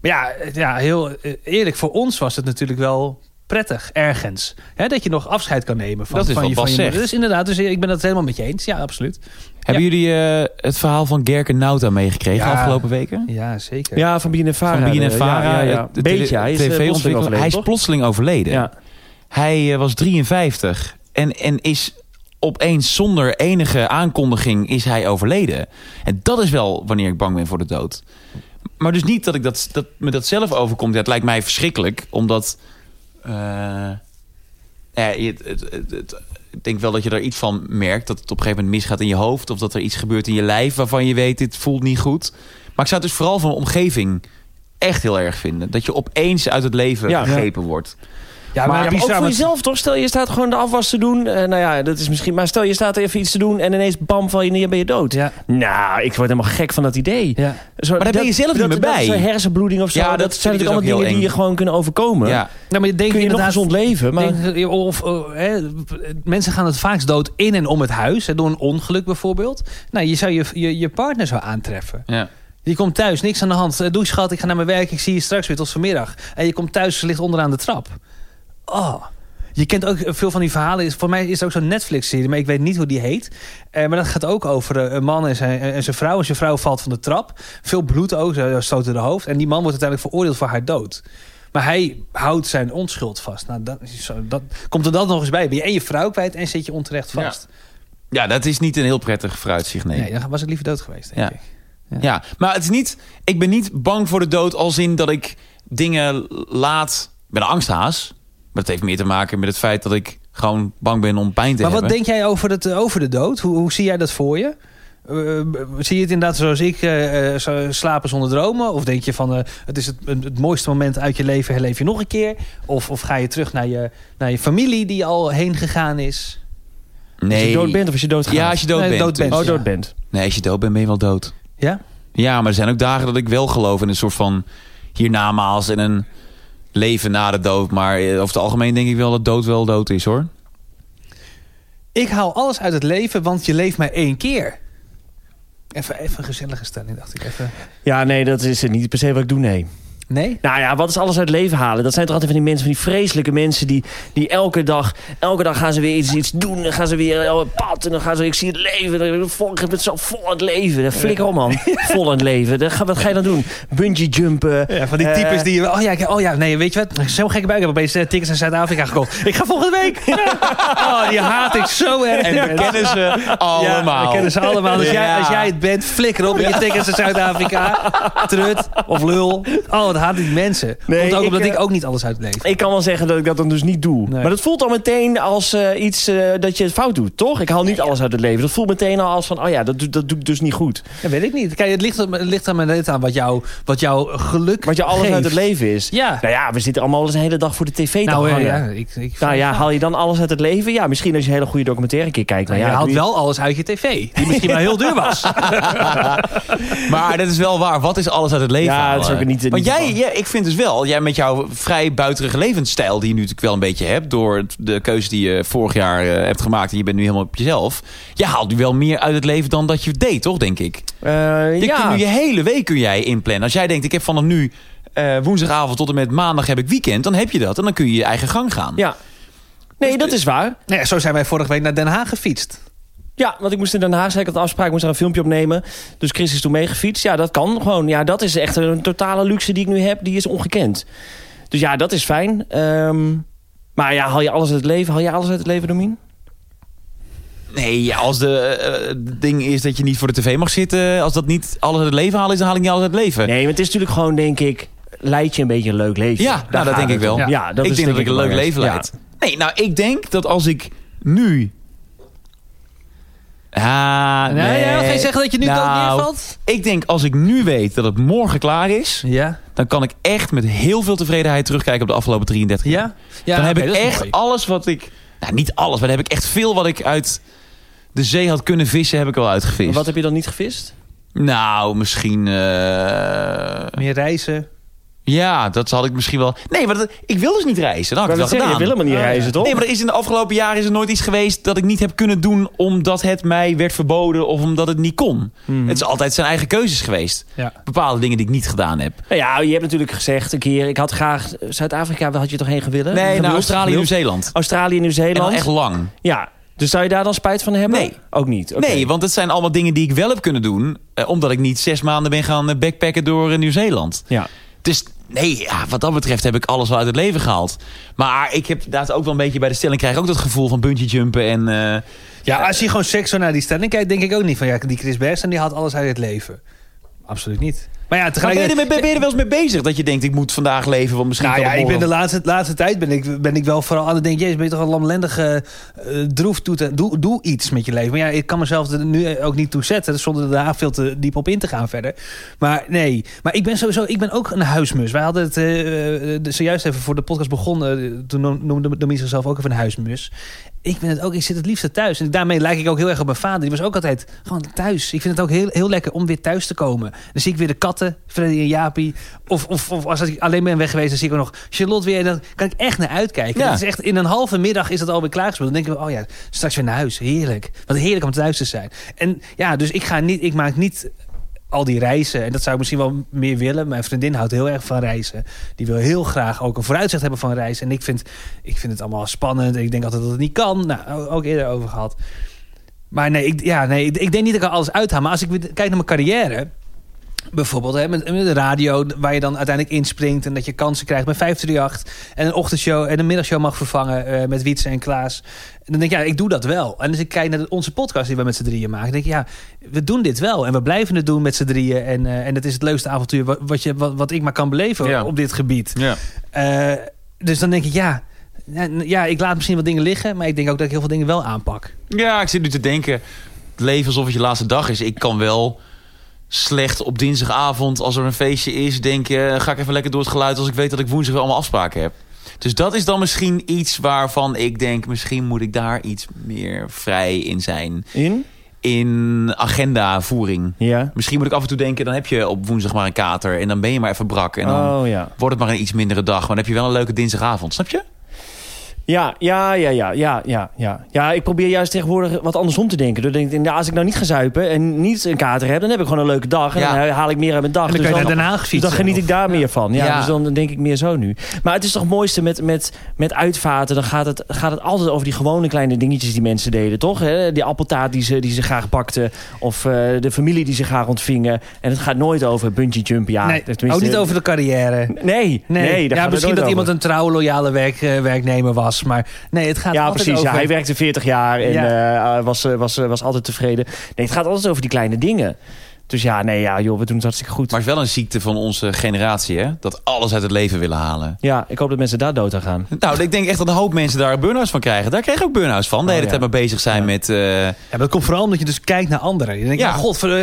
S1: Maar ja, eh, ja, heel eh, eerlijk, voor ons was het natuurlijk wel prettig ergens. Hè, dat je nog afscheid kan nemen van,
S2: Dat is
S1: van
S2: wat
S1: je, van
S2: Bas
S1: je moeder.
S2: zegt.
S1: Dus inderdaad, dus ik ben dat helemaal met je eens. Ja, absoluut.
S2: Hebben jullie eh, het verhaal van Gerke Nauta meegekregen
S1: Ja.
S2: afgelopen weken?
S1: Ja, zeker.
S3: Ja, van Bien en Farah.
S2: Van Bien en
S3: eh,
S2: Farah,
S3: Ja, ja, ja.
S2: het- het
S3: Beetje,
S2: tele-
S3: hij is, eh, plotseling
S2: TV-ontwikkelaar. Hij is
S3: overleden,
S2: plotseling overleden.
S3: Ja.
S2: Hij eh, was 53 en, en is opeens zonder enige aankondiging is hij overleden. En dat is wel wanneer ik bang ben voor de dood. Maar dus niet dat, ik dat, dat me dat zelf overkomt. Dat lijkt mij verschrikkelijk, omdat... eh, ja, je- het, het, het- het- ik denk wel dat je daar iets van merkt. Dat het op een gegeven moment misgaat in je hoofd. Of dat er iets gebeurt in je lijf waarvan je weet, dit voelt niet goed. Maar ik zou het dus vooral van mijn omgeving echt heel erg vinden. Dat je opeens uit het leven
S3: Ja.
S2: gegrepen wordt.
S1: ja
S3: Maar, ook voor
S1: want-
S3: jezelf toch? Stel je staat gewoon de afwas te doen. Eh, nou ja, dat is misschien... Maar stel je staat even iets te doen en ineens bam, val je neer, ben je dood.
S1: Ja.
S3: Nou, ik word helemaal gek van dat idee.
S1: Ja.
S3: Zo,
S2: Maar daar ben je zelf niet
S3: dat,
S2: meer
S3: dat
S2: bij.
S3: is een hersenbloeding of zo.
S2: Ja,
S3: dat,
S2: dat
S3: zijn
S2: vind ik
S3: natuurlijk
S2: dus
S3: allemaal
S2: ook
S3: dingen
S2: heel
S3: die je
S2: eng.
S3: gewoon kunnen overkomen.
S2: Ja.
S1: Nou, maar denk
S3: Kun je nog
S1: inderdaad-
S3: gezond leven. Maar
S1: Denk- of, eh, hè, mensen gaan het vaakst dood in en om het huis. Hè, door een ongeluk bijvoorbeeld. Nou, je zou je, je, je partner zo aantreffen.
S2: Ja.
S1: Je komt thuis, niks aan de hand. Eh, Doe schat, ik ga naar mijn werk. Ik zie je straks weer tot vanmiddag. En je komt thuis, ze ligt onderaan de trap. Oh. Je kent ook eh, veel van die verhalen. Is- Voor mij is het ook zo'n Netflix-serie, maar ik weet niet hoe die heet. Eh, maar dat gaat ook over eh, een man en zijn, en zijn vrouw. En zijn vrouw valt van de trap. Veel bloed ook, ze stoten de hoofd. En die man wordt uiteindelijk veroordeeld voor haar dood. Maar hij houdt zijn onschuld vast. Nou, dat, is zo- dat, komt er dat nog eens bij? Ben je en je vrouw kwijt en zit je onterecht
S2: Ja.
S1: vast?
S2: ja, dat is niet een heel prettig vooruitzicht, nee.
S1: Nee, dan was ik liever dood geweest, denk
S2: Ja.
S1: ik.
S2: Ja, maar het is niet, ik ben niet bang voor de dood als in dat ik dingen laat... Ik ben een angsthaas, maar dat heeft meer te maken met het feit dat ik gewoon bang ben om pijn te
S1: Maar wat
S2: hebben.
S1: eh, denk jij over, het, over de dood? Hoe, hoe zie jij dat voor je? eh, eh, zie je het inderdaad zoals ik, eh, eh, zo- slapen zonder dromen? Of denk je van, eh, het is het, het mooiste moment uit je leven, herleef je nog een keer? Of, of ga je terug naar je, naar je familie die al heen gegaan is?
S2: Nee.
S3: Als je dood bent of als je dood gaat?
S2: Ja, als je dood
S1: Nee,
S2: bent.
S1: dood bent.
S2: dus-
S3: Oh, dood
S1: Ja.
S3: bent.
S2: Nee, als je dood bent, ben je wel dood.
S1: Ja?
S2: Ja, maar er zijn ook dagen dat ik wel geloof in een soort van hiernamaals en een leven na de dood. Maar eh, over het algemeen denk ik wel dat dood wel dood is hoor.
S1: Ik haal alles uit het leven, want je leeft maar één keer. Even, even een gezellige stelling, dacht ik. Even.
S3: Ja, nee, dat is het niet per se wat ik doe, nee.
S1: Nee?
S3: Nou ja, wat is alles uit het leven halen? Dat zijn toch altijd van die mensen, van die vreselijke mensen... die, die elke, dag, elke dag gaan ze weer iets, iets doen. Dan gaan ze weer op pad en dan gaan ze weer... Ik zie het leven, dan vol- ik heb het zo vol aan het leven. Dan flikker om, man. Vol aan het leven. Dan ga, wat ga je dan doen? Bungee jumpen.
S1: Ja, van die
S3: eh,
S1: types die... Oh ja, ik- oh ja, nee, weet je wat? Zo'n gekke buik. Ik heb opeens eh, tickets naar Zuid-Afrika gekocht. Ik ga volgende week. Oh, die haat ik zo erg.
S2: En we kennen ze
S1: Ja,
S2: allemaal.
S1: we kennen ze allemaal. Als, jij,
S2: Ja.
S1: als jij het bent, flikker op met je tickets naar Zuid-Afrika. Trut of lul. Oh, wat haat die mensen.
S3: Nee,
S1: Komt ook
S3: ik,
S1: omdat
S3: eh,
S1: ik ook niet alles uitleef.
S3: Ik kan wel zeggen dat ik dat dan dus niet doe.
S1: Nee.
S3: Maar dat voelt al meteen als eh, iets eh, dat je het fout doet, toch? Ik haal niet alles uit het leven. Dat voelt meteen al als van, oh ja, dat, doe- dat doe ik dus niet goed.
S1: Dat weet ik niet. Kijk, het ligt, op- het ligt aan mijn net aan wat jouw wat jou geluk
S3: Wat je alles
S1: geeft.
S3: uit het leven is.
S1: Ja.
S3: Nou ja, we zitten allemaal eens een hele dag voor de tv te
S1: Nou, eh,
S3: hangen.
S1: ja, ik, ik,
S3: Nou ja, haal je dan alles uit het leven? Ja, misschien als je een hele goede documentaire een keer kijkt. Maar
S1: je
S3: nou
S2: Nou
S3: ja,
S1: haalt
S3: doe
S1: wel alles uit je tv. Die misschien wel heel duur was.
S2: Maar dat is wel waar. Wat is alles uit het leven?
S3: Ja,
S2: halen?
S3: dat is ook niet-
S2: Want
S3: niet
S2: jij,
S3: van.
S2: jij- ik vind dus wel, jij met jouw vrij buiterige levensstijl, die je nu natuurlijk wel een beetje hebt, door het- de keuze die je vorig jaar eh, hebt gemaakt en je bent nu helemaal op jezelf. Je haalt nu wel meer uit het leven dan dat je deed, toch, denk ik?
S3: Eh,
S2: Je kunt
S3: ja.
S2: nu je hele week kun jij inplannen. Als jij denkt, ik heb vanaf nu eh, woensdagavond tot en met maandag heb ik weekend, dan heb je dat en dan kun je je eigen gang gaan.
S3: ja.
S2: Dus
S3: Nee, dat is waar.
S1: Nou ja, zo zijn wij vorige week naar Den Haag gefietst.
S3: Ja, want ik moest in Den Haag, zei ik had een afspraak, ik moest daar een filmpje opnemen. Dus Chris is toen meegefietst. Ja, dat kan gewoon. Ja, dat is echt een totale luxe die ik nu heb. Die is ongekend. Dus ja, dat is fijn. Ehm, maar ja, haal je alles uit het leven? Haal je alles uit het leven, Domien?
S2: Nee, ja, als de eh, het ding is dat je niet voor de tv mag zitten, als dat niet alles uit het leven halen is, dan haal ik niet alles uit het leven.
S3: Nee, want het is natuurlijk gewoon, denk ik... Leid je een beetje een leuk leven?
S2: Ja,
S3: Daar
S2: nou, dat
S3: gaat
S2: denk
S3: het
S2: ik wel.
S3: om. Ja, dat
S2: ik
S3: is
S2: denk dat ik een leuk
S3: belangrijk.
S2: leven
S3: Ja.
S2: leid. Nee, nou, ik denk dat als ik nu... Ah,
S1: Nee,
S2: nee.
S1: ja, ga je zeggen dat je nu dood
S2: Nou,
S1: neervalt?
S2: Ik denk als ik nu weet dat het morgen klaar is...
S1: Ja.
S2: dan kan ik echt met heel veel tevredenheid terugkijken op de afgelopen 33 jaar.
S1: Ja? ja
S2: dan heb
S1: oké,
S2: ik
S1: dat is
S2: echt
S1: mooi.
S2: alles wat ik... Nou, niet alles, maar dan heb ik echt veel wat ik uit de zee had kunnen vissen... heb ik al
S3: Maar
S2: uitgevist.
S3: Wat heb je dan niet gevist?
S2: Nou, misschien... eh,
S1: Meer reizen.
S2: Ja, dat had ik misschien wel... Nee, maar dat- ik wil dus niet reizen. Dat had
S3: Maar
S2: ik wel
S3: dat zeggen,
S2: gedaan.
S3: je wil helemaal niet
S1: Oh, ja.
S3: reizen, toch?
S2: Nee, maar er is in de afgelopen jaren is er nooit iets geweest dat ik niet heb kunnen doen omdat het mij werd verboden of omdat het niet kon. Het is altijd zijn eigen keuzes geweest.
S1: Ja.
S2: Bepaalde dingen die ik niet gedaan heb.
S3: Nou ja, je hebt natuurlijk gezegd een keer... ik had graag... Zuid-Afrika waar had je toch heen gewillen?
S2: Nee, naar
S3: Gewild?
S2: Australië,
S3: Gewild?
S2: Nieuw-Zeeland.
S3: Australië,
S2: En
S3: Nieuw-Zeeland?
S2: al echt lang.
S3: Ja. Dus zou je daar dan spijt van hebben?
S2: Nee.
S3: Ook niet? Oké.
S2: Nee, want het zijn allemaal dingen die ik wel heb kunnen doen, eh, omdat ik niet zes maanden ben gaan eh, backpacken door eh, Nieuw-Zeeland.
S3: Ja.
S2: Dus nee, ja, wat dat betreft heb ik alles wel uit het leven gehaald. Maar ik heb inderdaad ook wel een beetje bij de stelling krijg ik ook dat gevoel van bungee jumpen en eh,
S1: Ja, als je gewoon seks zo naar die stelling kijkt, denk ik ook niet van ja, die Chris Bergsten die haalt alles uit het leven. Absoluut niet. Maar ja,
S2: Maar ben je, er,
S1: tegelijkertijd.
S2: mee- ben je er wel eens mee bezig? Dat je denkt, ik moet vandaag leven, want misschien
S1: Nou
S2: kan
S1: ja,
S2: het
S1: ik ben
S2: morgen
S1: de laatste, laatste tijd ben ik, ben ik wel vooral aan het denken... Jezus, ben je toch een lamlendige eh, droef? Doe, doe, doe iets met je leven. Maar ja, ik kan mezelf er nu ook niet toe zetten... dus zonder daar veel te diep op in te gaan verder. Maar nee, maar ik ben sowieso ik ben ook een huismus. Wij hadden het eh, eh, de- zojuist even voor de podcast begonnen... eh, toen no- noemde Domien zichzelf ook even een huismus... Ik ben het ook, ik zit het liefste thuis. En daarmee lijk ik ook heel erg op mijn vader. Die was ook altijd gewoon thuis. Ik vind het ook heel, heel lekker om weer thuis te komen. Dan zie ik weer de katten, Freddy en Jaapie. Of, of, of als ik alleen ben weg geweest, dan zie ik ook nog Charlotte weer. En dan kan ik echt naar uitkijken.
S2: Ja.
S1: Dat is echt, in een halve middag is dat alweer klaargespeeld. Dan denk ik, oh ja, straks weer naar huis. Heerlijk. Wat heerlijk om thuis te zijn. En ja, dus ik, ga niet, ik maak niet al die reizen. En dat zou ik misschien wel meer willen. Mijn vriendin houdt heel erg van reizen. Die wil heel graag ook een vooruitzicht hebben van reizen. En ik vind, ik vind het allemaal spannend. En ik denk altijd dat het niet kan. Nou, ook eerder over gehad. Maar nee, ik, ja, nee, ik, ik denk niet dat ik er alles uithaal. Maar als ik weer kijk naar mijn carrière... Bijvoorbeeld hè, met, met de radio, waar je dan uiteindelijk inspringt... en dat je kansen krijgt bij 538... en een ochtendshow en een middagshow mag vervangen eh, met Wietse en Klaas. En dan denk ik, ja, ik doe dat wel. En als ik kijk naar de- onze podcast die we met z'n drieën maken... denk ik, ja, we doen dit wel en we blijven het doen met z'n drieën. En, eh, en dat is het leukste avontuur wat, wat, je, wat, wat ik maar kan beleven
S2: Ja.
S1: op dit gebied.
S2: Ja.
S1: Eh, dus dan denk ik, ja, ja, ja, ik laat misschien wat dingen liggen... maar ik denk ook dat ik heel veel dingen wel aanpak.
S2: Ja, ik zit nu te denken. leven alsof het je laatste dag is. Ik kan wel slecht op dinsdagavond, als er een feestje is, denken... eh, ga ik even lekker door het geluid als ik weet dat ik woensdag weer allemaal afspraken heb. Dus dat is dan misschien iets waarvan ik denk... misschien moet ik daar iets meer vrij in zijn.
S3: In?
S2: In agendavoering.
S3: Ja.
S2: Misschien moet ik af en toe denken... dan heb je op woensdag maar een kater en dan ben je maar even brak. En dan
S3: Oh ja.
S2: wordt het maar een iets mindere dag. Maar dan heb je wel een leuke dinsdagavond, snap je?
S3: Ja, ja, ja, ja, ja, ja, ja. Ja, ik probeer juist tegenwoordig wat andersom te denken. Door te denken, nou, als ik nou niet ga zuipen en niet een kater heb... dan heb ik gewoon een leuke dag en
S2: Ja.
S3: dan haal ik meer uit mijn dag.
S1: En dan kan je
S3: dan,
S1: naar Den Haag
S3: dus
S1: fietsen.
S3: dan geniet ik daar meer van. Ja,
S2: Ja.
S3: Dus dan denk ik meer zo nu. Maar het is toch het mooiste met, met, met uitvaten. Dan gaat het, gaat het altijd over die gewone kleine dingetjes die mensen deden, toch? Hè? Die appeltaart die ze, die ze graag bakten. Of eh, de familie die ze graag ontvingen. En het gaat nooit over bungee jump. Ja,
S1: nee,
S3: tenminste-
S1: ook niet over de carrière.
S3: Nee, nee.
S1: Nee,
S3: daar
S1: ja,
S3: gaat
S1: misschien
S3: het nooit
S1: dat
S3: over.
S1: iemand een trouwe, loyale werk, eh, werknemer was. Maar nee, het gaat
S3: Ja,
S1: altijd
S3: precies.
S1: over...
S3: Ja, hij werkte 40 jaar en
S1: Ja.
S3: eh, was, eh, was, eh, was altijd tevreden. Nee, het gaat altijd over die kleine dingen. Dus ja, nee, ja, joh, we doen het hartstikke goed.
S2: Maar het is wel een ziekte van onze generatie, hè? Dat alles uit het leven willen halen.
S3: ja, ik hoop dat mensen daar dood aan gaan.
S2: Nou, ik denk echt dat een hoop mensen daar burn-outs van krijgen. Daar krijg ik ook burn-outs van. De
S3: Oh,
S2: hele
S3: ja.
S2: tijd maar bezig zijn met... eh,
S1: Ja, maar dat komt vooral omdat je dus kijkt naar anderen. Je denkt,
S2: Ja.
S1: ja, god, eh,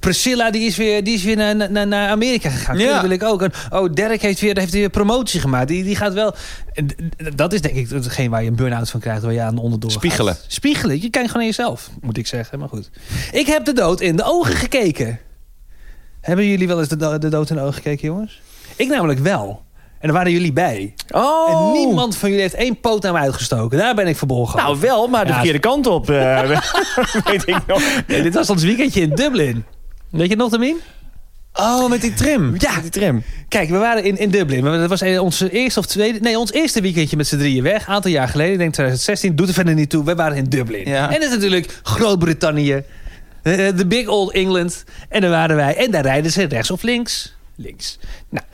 S1: Priscilla die is weer, die is weer naar, naar, naar Amerika gegaan.
S2: Ja.
S1: Dat wil ik ook. En, oh, Derek heeft weer, heeft weer promotie gemaakt. Die, die gaat wel... En d- d- dat is denk ik hetgeen waar je een burn-out van krijgt. Waar je aan de onderdoor gaat.
S2: Spiegelen.
S1: Spiegelen. Je kijkt gewoon naar jezelf, moet ik zeggen. Maar goed. Ik heb de dood in de ogen gekeken. Hebben jullie wel eens de, do- de dood in de ogen gekeken, jongens? Ik namelijk wel. En daar waren jullie bij.
S3: Oh!
S1: En niemand van jullie heeft één poot naar me uitgestoken. Daar ben ik verborgen.
S3: Nou, wel, maar
S1: Oh.
S3: de
S1: Ja,
S3: verkeerde kant op. eh, weet ik nog.
S1: Nee, dit was ons weekendje in Dublin. Weet je het nog, Damien?
S2: Oh, met die trim.
S1: Ja,
S3: Die tram.
S1: kijk, we waren in, in Dublin. We- Dat was een- ons eerste of tweede... Nee, ons eerste weekendje met z'n drieën weg. Een aantal jaar geleden, ik denk 2016. Doet er verder niet toe. We waren in Dublin.
S2: Ja.
S1: En het is natuurlijk Groot-Brittannië. eh, eh, De big old England. En daar waren wij. En daar rijden ze rechts of links. Links. Nou,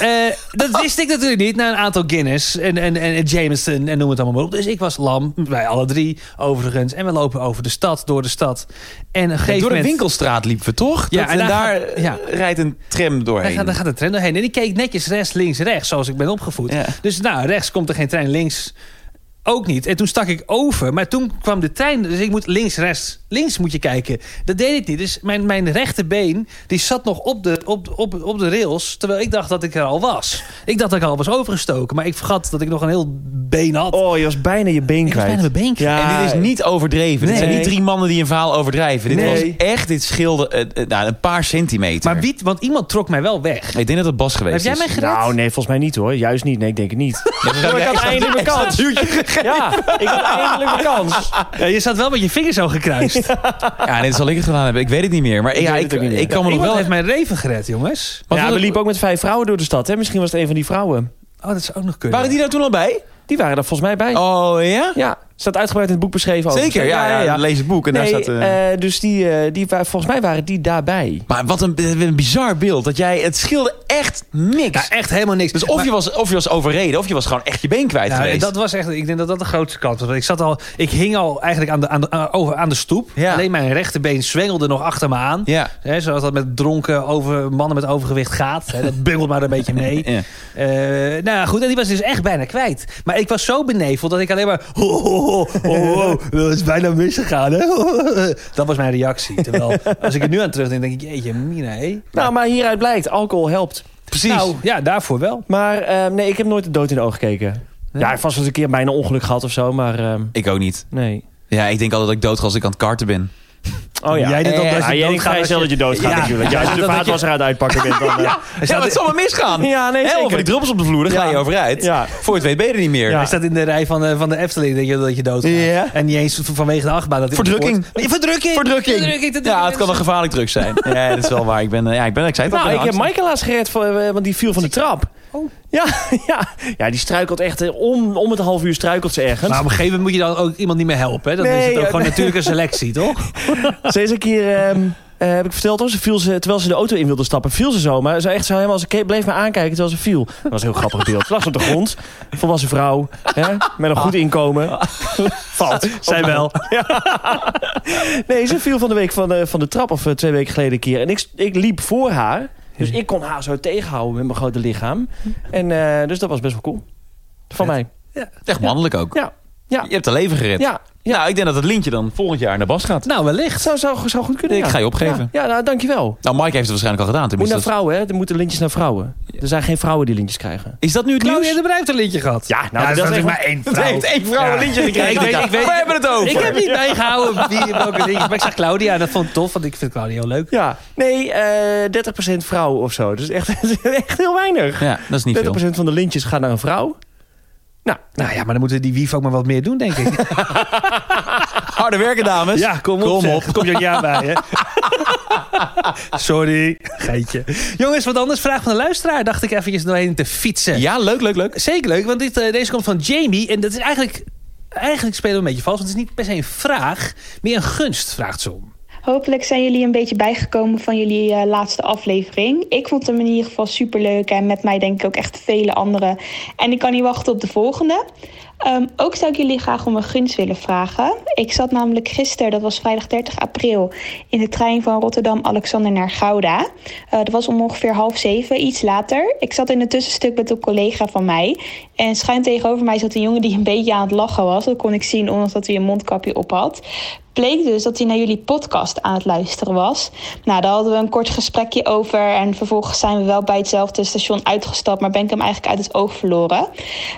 S1: eh, dat wist ik natuurlijk niet. Na een aantal Guinness en, en, en Jameson en noem het allemaal maar op. Dus ik was lam. Wij alle drie, overigens. En we lopen over de stad, door de stad. En op een gegeven
S2: Door de
S1: moment...
S2: winkelstraat liepen we, toch?
S1: Ja,
S2: Dat-
S1: en
S2: en daar
S1: daar gaat- ja.
S2: rijdt een tram
S1: Daar
S2: doorheen.
S1: gaat, daar gaat de trein doorheen. En die keek netjes rechts, links, rechts, zoals ik ben opgevoed.
S2: Ja.
S1: Dus nou, rechts komt er geen trein, links ook niet. En toen stak ik over, maar toen kwam de trein. Dus ik moet links, rechts, links moet je kijken. Dat deed ik niet. Dus mijn, mijn rechterbeen, die zat nog op de, op, op, op de rails... terwijl ik dacht dat ik er al was. Ik dacht dat ik al was overgestoken, maar ik vergat dat ik nog een heel been had.
S3: Oh, je was bijna je been
S1: ik was
S3: kwijt.
S1: bijna mijn been kwijt.
S2: En dit is niet overdreven. Dit
S3: Nee.
S2: zijn niet drie mannen die een verhaal overdrijven. Dit
S3: Nee.
S2: was echt, dit scheelde eh, eh, nou, een paar centimeter.
S1: Maar wie, want iemand trok mij wel weg.
S2: Ik denk dat het Bas geweest
S1: Heb jij
S2: is.
S1: mij gered?
S3: Nou, nee, volgens mij niet hoor. Juist niet. Nee, ik denk het niet.
S2: Ja,
S3: ik had
S2: extra-
S3: eindelijk mijn kans. Ja, ik had eindelijk mijn kans.
S1: Ja, je zat wel met je vingers zo gekruist.
S2: Ja, dit zal ik het gedaan hebben. Ik weet het niet meer. Maar ja,
S3: weet
S2: ik,
S3: het ook niet meer.
S2: ik kan me nog
S1: Iemand
S2: wel...
S1: heeft mijn reven gered, jongens.
S2: Wat
S3: ja,
S2: wil-
S3: we liepen ook met vijf vrouwen door de stad. Hè? Misschien was het een van die vrouwen.
S1: Oh, dat is ook nog kunnen.
S2: Waren die daar toen al bij?
S3: Die waren daar volgens mij bij.
S2: Oh ja?
S3: Ja, staat uitgebreid in het boek beschreven. over.
S2: Zeker, ja, ja, Lees het boek en
S3: Nee,
S2: daar staat... eh,
S3: eh, dus die, eh, die, wa- volgens mij waren die daarbij.
S2: Maar wat een, eh, een bizar beeld. Dat jij, het scheelde echt niks.
S1: Ja, echt helemaal niks.
S2: dus of, je was, of je was overreden, of je was gewoon echt je been kwijt
S1: Ja,
S2: geweest.
S1: dat was echt, ik denk dat dat de grootste kans was. Ik, zat al, ik hing al eigenlijk aan de, aan de, aan- over, aan de stoep.
S2: Ja.
S1: Alleen mijn rechterbeen zwengelde nog achter me aan.
S2: Ja.
S1: Hè, zoals dat met dronken over, mannen met overgewicht gaat. Hè, dat bungelt maar een beetje mee.
S2: Ja.
S1: Eh, nou ja, goed, en die was dus echt bijna kwijt. Maar ik was zo beneveld dat ik alleen maar... Ho, ho, ho, ho, ho, dat is bijna misgegaan. Hè? Dat was mijn reactie. Terwijl, als ik er nu aan terugdenk, denk ik... Jeetje, mina, hé.
S3: Nou, maar hieruit blijkt, alcohol helpt.
S2: Precies.
S1: Nou, ja, daarvoor wel.
S3: Maar ehm, nee, ik heb nooit de dood in de ogen gekeken.
S1: Nee.
S3: Ja, vast wel eens een keer bijna ongeluk gehad of zo, maar ehm,
S2: ik ook niet.
S3: nee.
S2: Ja, ik denk altijd dat ik dood ga als ik aan het karten ben.
S3: Oh ja.
S1: Jij denkt altijd
S3: Eh,
S1: dat je
S3: ah,
S1: doodgaat
S3: jij denkt vrij
S1: als
S3: snel dat je doodgaat
S1: Ja.
S3: natuurlijk. Ja, als je de
S1: Dat- dat je-
S3: vaatwasser aan het uitpakken bent. Dan, eh, ja.
S2: Ja, maar het zal maar misgaan.
S3: Ja, nee,
S2: Heel
S3: zeker.
S2: van die druppels op de vloer, daar ga
S3: Ja.
S2: je overuit.
S3: Ja.
S2: Voor het weet ben je er niet meer. Dus-
S3: Ja.
S1: Hij staat in de rij van, eh, van de Efteling, denk je dat je dood gaat.
S3: Ja.
S1: En niet eens vanwege de achtbaan. Dat dit
S2: Verdrukking.
S1: wordt. Nee, verdrukking.
S2: Verdrukking.
S1: dat
S2: Ja,
S1: doen
S2: het kan een
S1: mensen.
S2: gevaarlijk druk zijn. ja, dat is wel waar. Ik ben, eh, ja, ik ben, ik zei het al,
S3: Nou, ik
S2: ben
S3: heb
S2: angstig.
S3: Michael laatst gered, voor, eh, want die viel van de trap.
S1: Oh.
S3: Ja, ja. ja, die struikelt echt eh, om, om het half uur struikelt ze ergens.
S1: Maar op een gegeven moment moet je dan ook iemand niet meer helpen. Hè? Dan
S3: Nee,
S1: is het ook
S3: ja,
S1: gewoon natuurlijke selectie, toch?
S3: Ze is een keer, ehm, eh, heb ik verteld, hoor, ze viel ze, terwijl ze de auto in wilde stappen, viel ze zo. Maar ze echt zo helemaal, als ze bleef me aankijken terwijl ze viel. Dat was een heel grappig beeld. Ze lag op de grond, volwassen vrouw, hè, met een goed inkomen. Valt,
S1: Zij wel.
S3: Nee, ze viel van de week van de, van de trap of eh, twee weken geleden een keer. En ik, ik liep voor haar, dus ik kon haar zo tegenhouden met mijn grote lichaam. En eh, dus dat was best wel cool. Van mij.
S2: Echt mannelijk ook.
S3: Ja. Ja.
S2: Je hebt haar leven gered.
S3: Ja,
S2: Nou, ik denk dat het lintje dan volgend jaar naar Bas gaat.
S1: Nou, wellicht.
S3: zou, zou, zou goed kunnen.
S2: Ik
S3: ja.
S2: ga je opgeven.
S3: Ja, ja nou, dankjewel.
S2: Nou, Mike heeft het waarschijnlijk al gedaan.
S3: Moet
S2: Tenminste,
S3: naar
S2: dat-
S3: vrouwen, hè? Er moeten lintjes naar vrouwen. Er zijn geen vrouwen die lintjes krijgen.
S2: is dat nu het nieuws?
S1: Claudia de Brij heeft een lintje gehad.
S2: Ah,
S3: Ja, nou,
S1: dat,
S3: dat
S1: is
S3: is
S1: maar één vrouw.
S2: één vrouw
S1: Ja.
S2: gekregen.
S1: Ik weet- ik weet-
S2: Waar hebben we het over?
S1: Ik heb niet bijgehouden wie welke dingetjes. Maar ik zag Claudia en dat vond ik tof, want ik vind Claudia heel leuk.
S3: Ja, nee, eh 30% vrouw of zo. Dus echt, echt heel weinig.
S2: Ja, dat is niet
S3: 30%
S2: veel.
S3: van de lintjes gaat naar een vrouw. Nou,
S1: Nou ja, maar dan moeten die wief ook maar wat meer doen, denk ik.
S2: Harde werken, dames.
S1: Kom op. Kom je ook ja bij, hè? Sorry. Geitje. Jongens, wat anders. Vraag van de luisteraar. Dacht ik eventjes doorheen te fietsen.
S2: Ja, leuk, leuk, leuk.
S1: Zeker leuk, want dit, eh, deze komt van Jamie. En dat is eigenlijk... Eigenlijk spelen we een beetje vals, want het is niet per se een vraag. Meer een gunst, vraagt ze om.
S5: Hopelijk zijn jullie een beetje bijgekomen van jullie eh, laatste aflevering. Ik vond hem in ieder geval superleuk en met mij denk ik ook echt vele anderen. En ik kan niet wachten op de volgende. Ehm, ook zou ik jullie graag om een gunst willen vragen. Ik zat namelijk gisteren, dat was vrijdag 30 april, in de trein van Rotterdam-Alexander naar Gouda. Eh, dat was om ongeveer half zeven, iets later. Ik zat in een tussenstuk met een collega van mij. En schuin tegenover mij zat een jongen die een beetje aan het lachen was. Dat kon ik zien, ondanks dat hij een mondkapje op had bleek dus dat hij naar jullie podcast aan het luisteren was. Nou, daar hadden we een kort gesprekje over. En vervolgens zijn we wel bij hetzelfde station uitgestapt. Maar ben ik hem eigenlijk uit het oog verloren.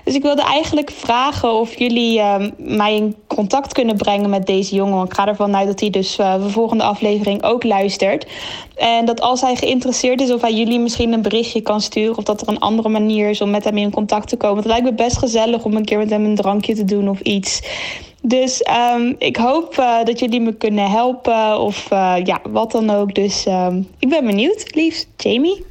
S5: Dus ik wilde eigenlijk vragen of jullie ehm, mij in contact kunnen brengen met deze jongen. Want Ik ga ervan uit dat hij dus eh, de volgende aflevering ook luistert. En dat als hij geïnteresseerd is, of hij jullie misschien een berichtje kan sturen. Of dat er een andere manier is om met hem in contact te komen. Het lijkt me best gezellig om een keer met hem een drankje te doen of iets. Dus ehm, ik hoop eh, dat jullie me kunnen helpen of eh, ja, wat dan ook. Dus ehm, ik ben benieuwd. Liefst, Jamie.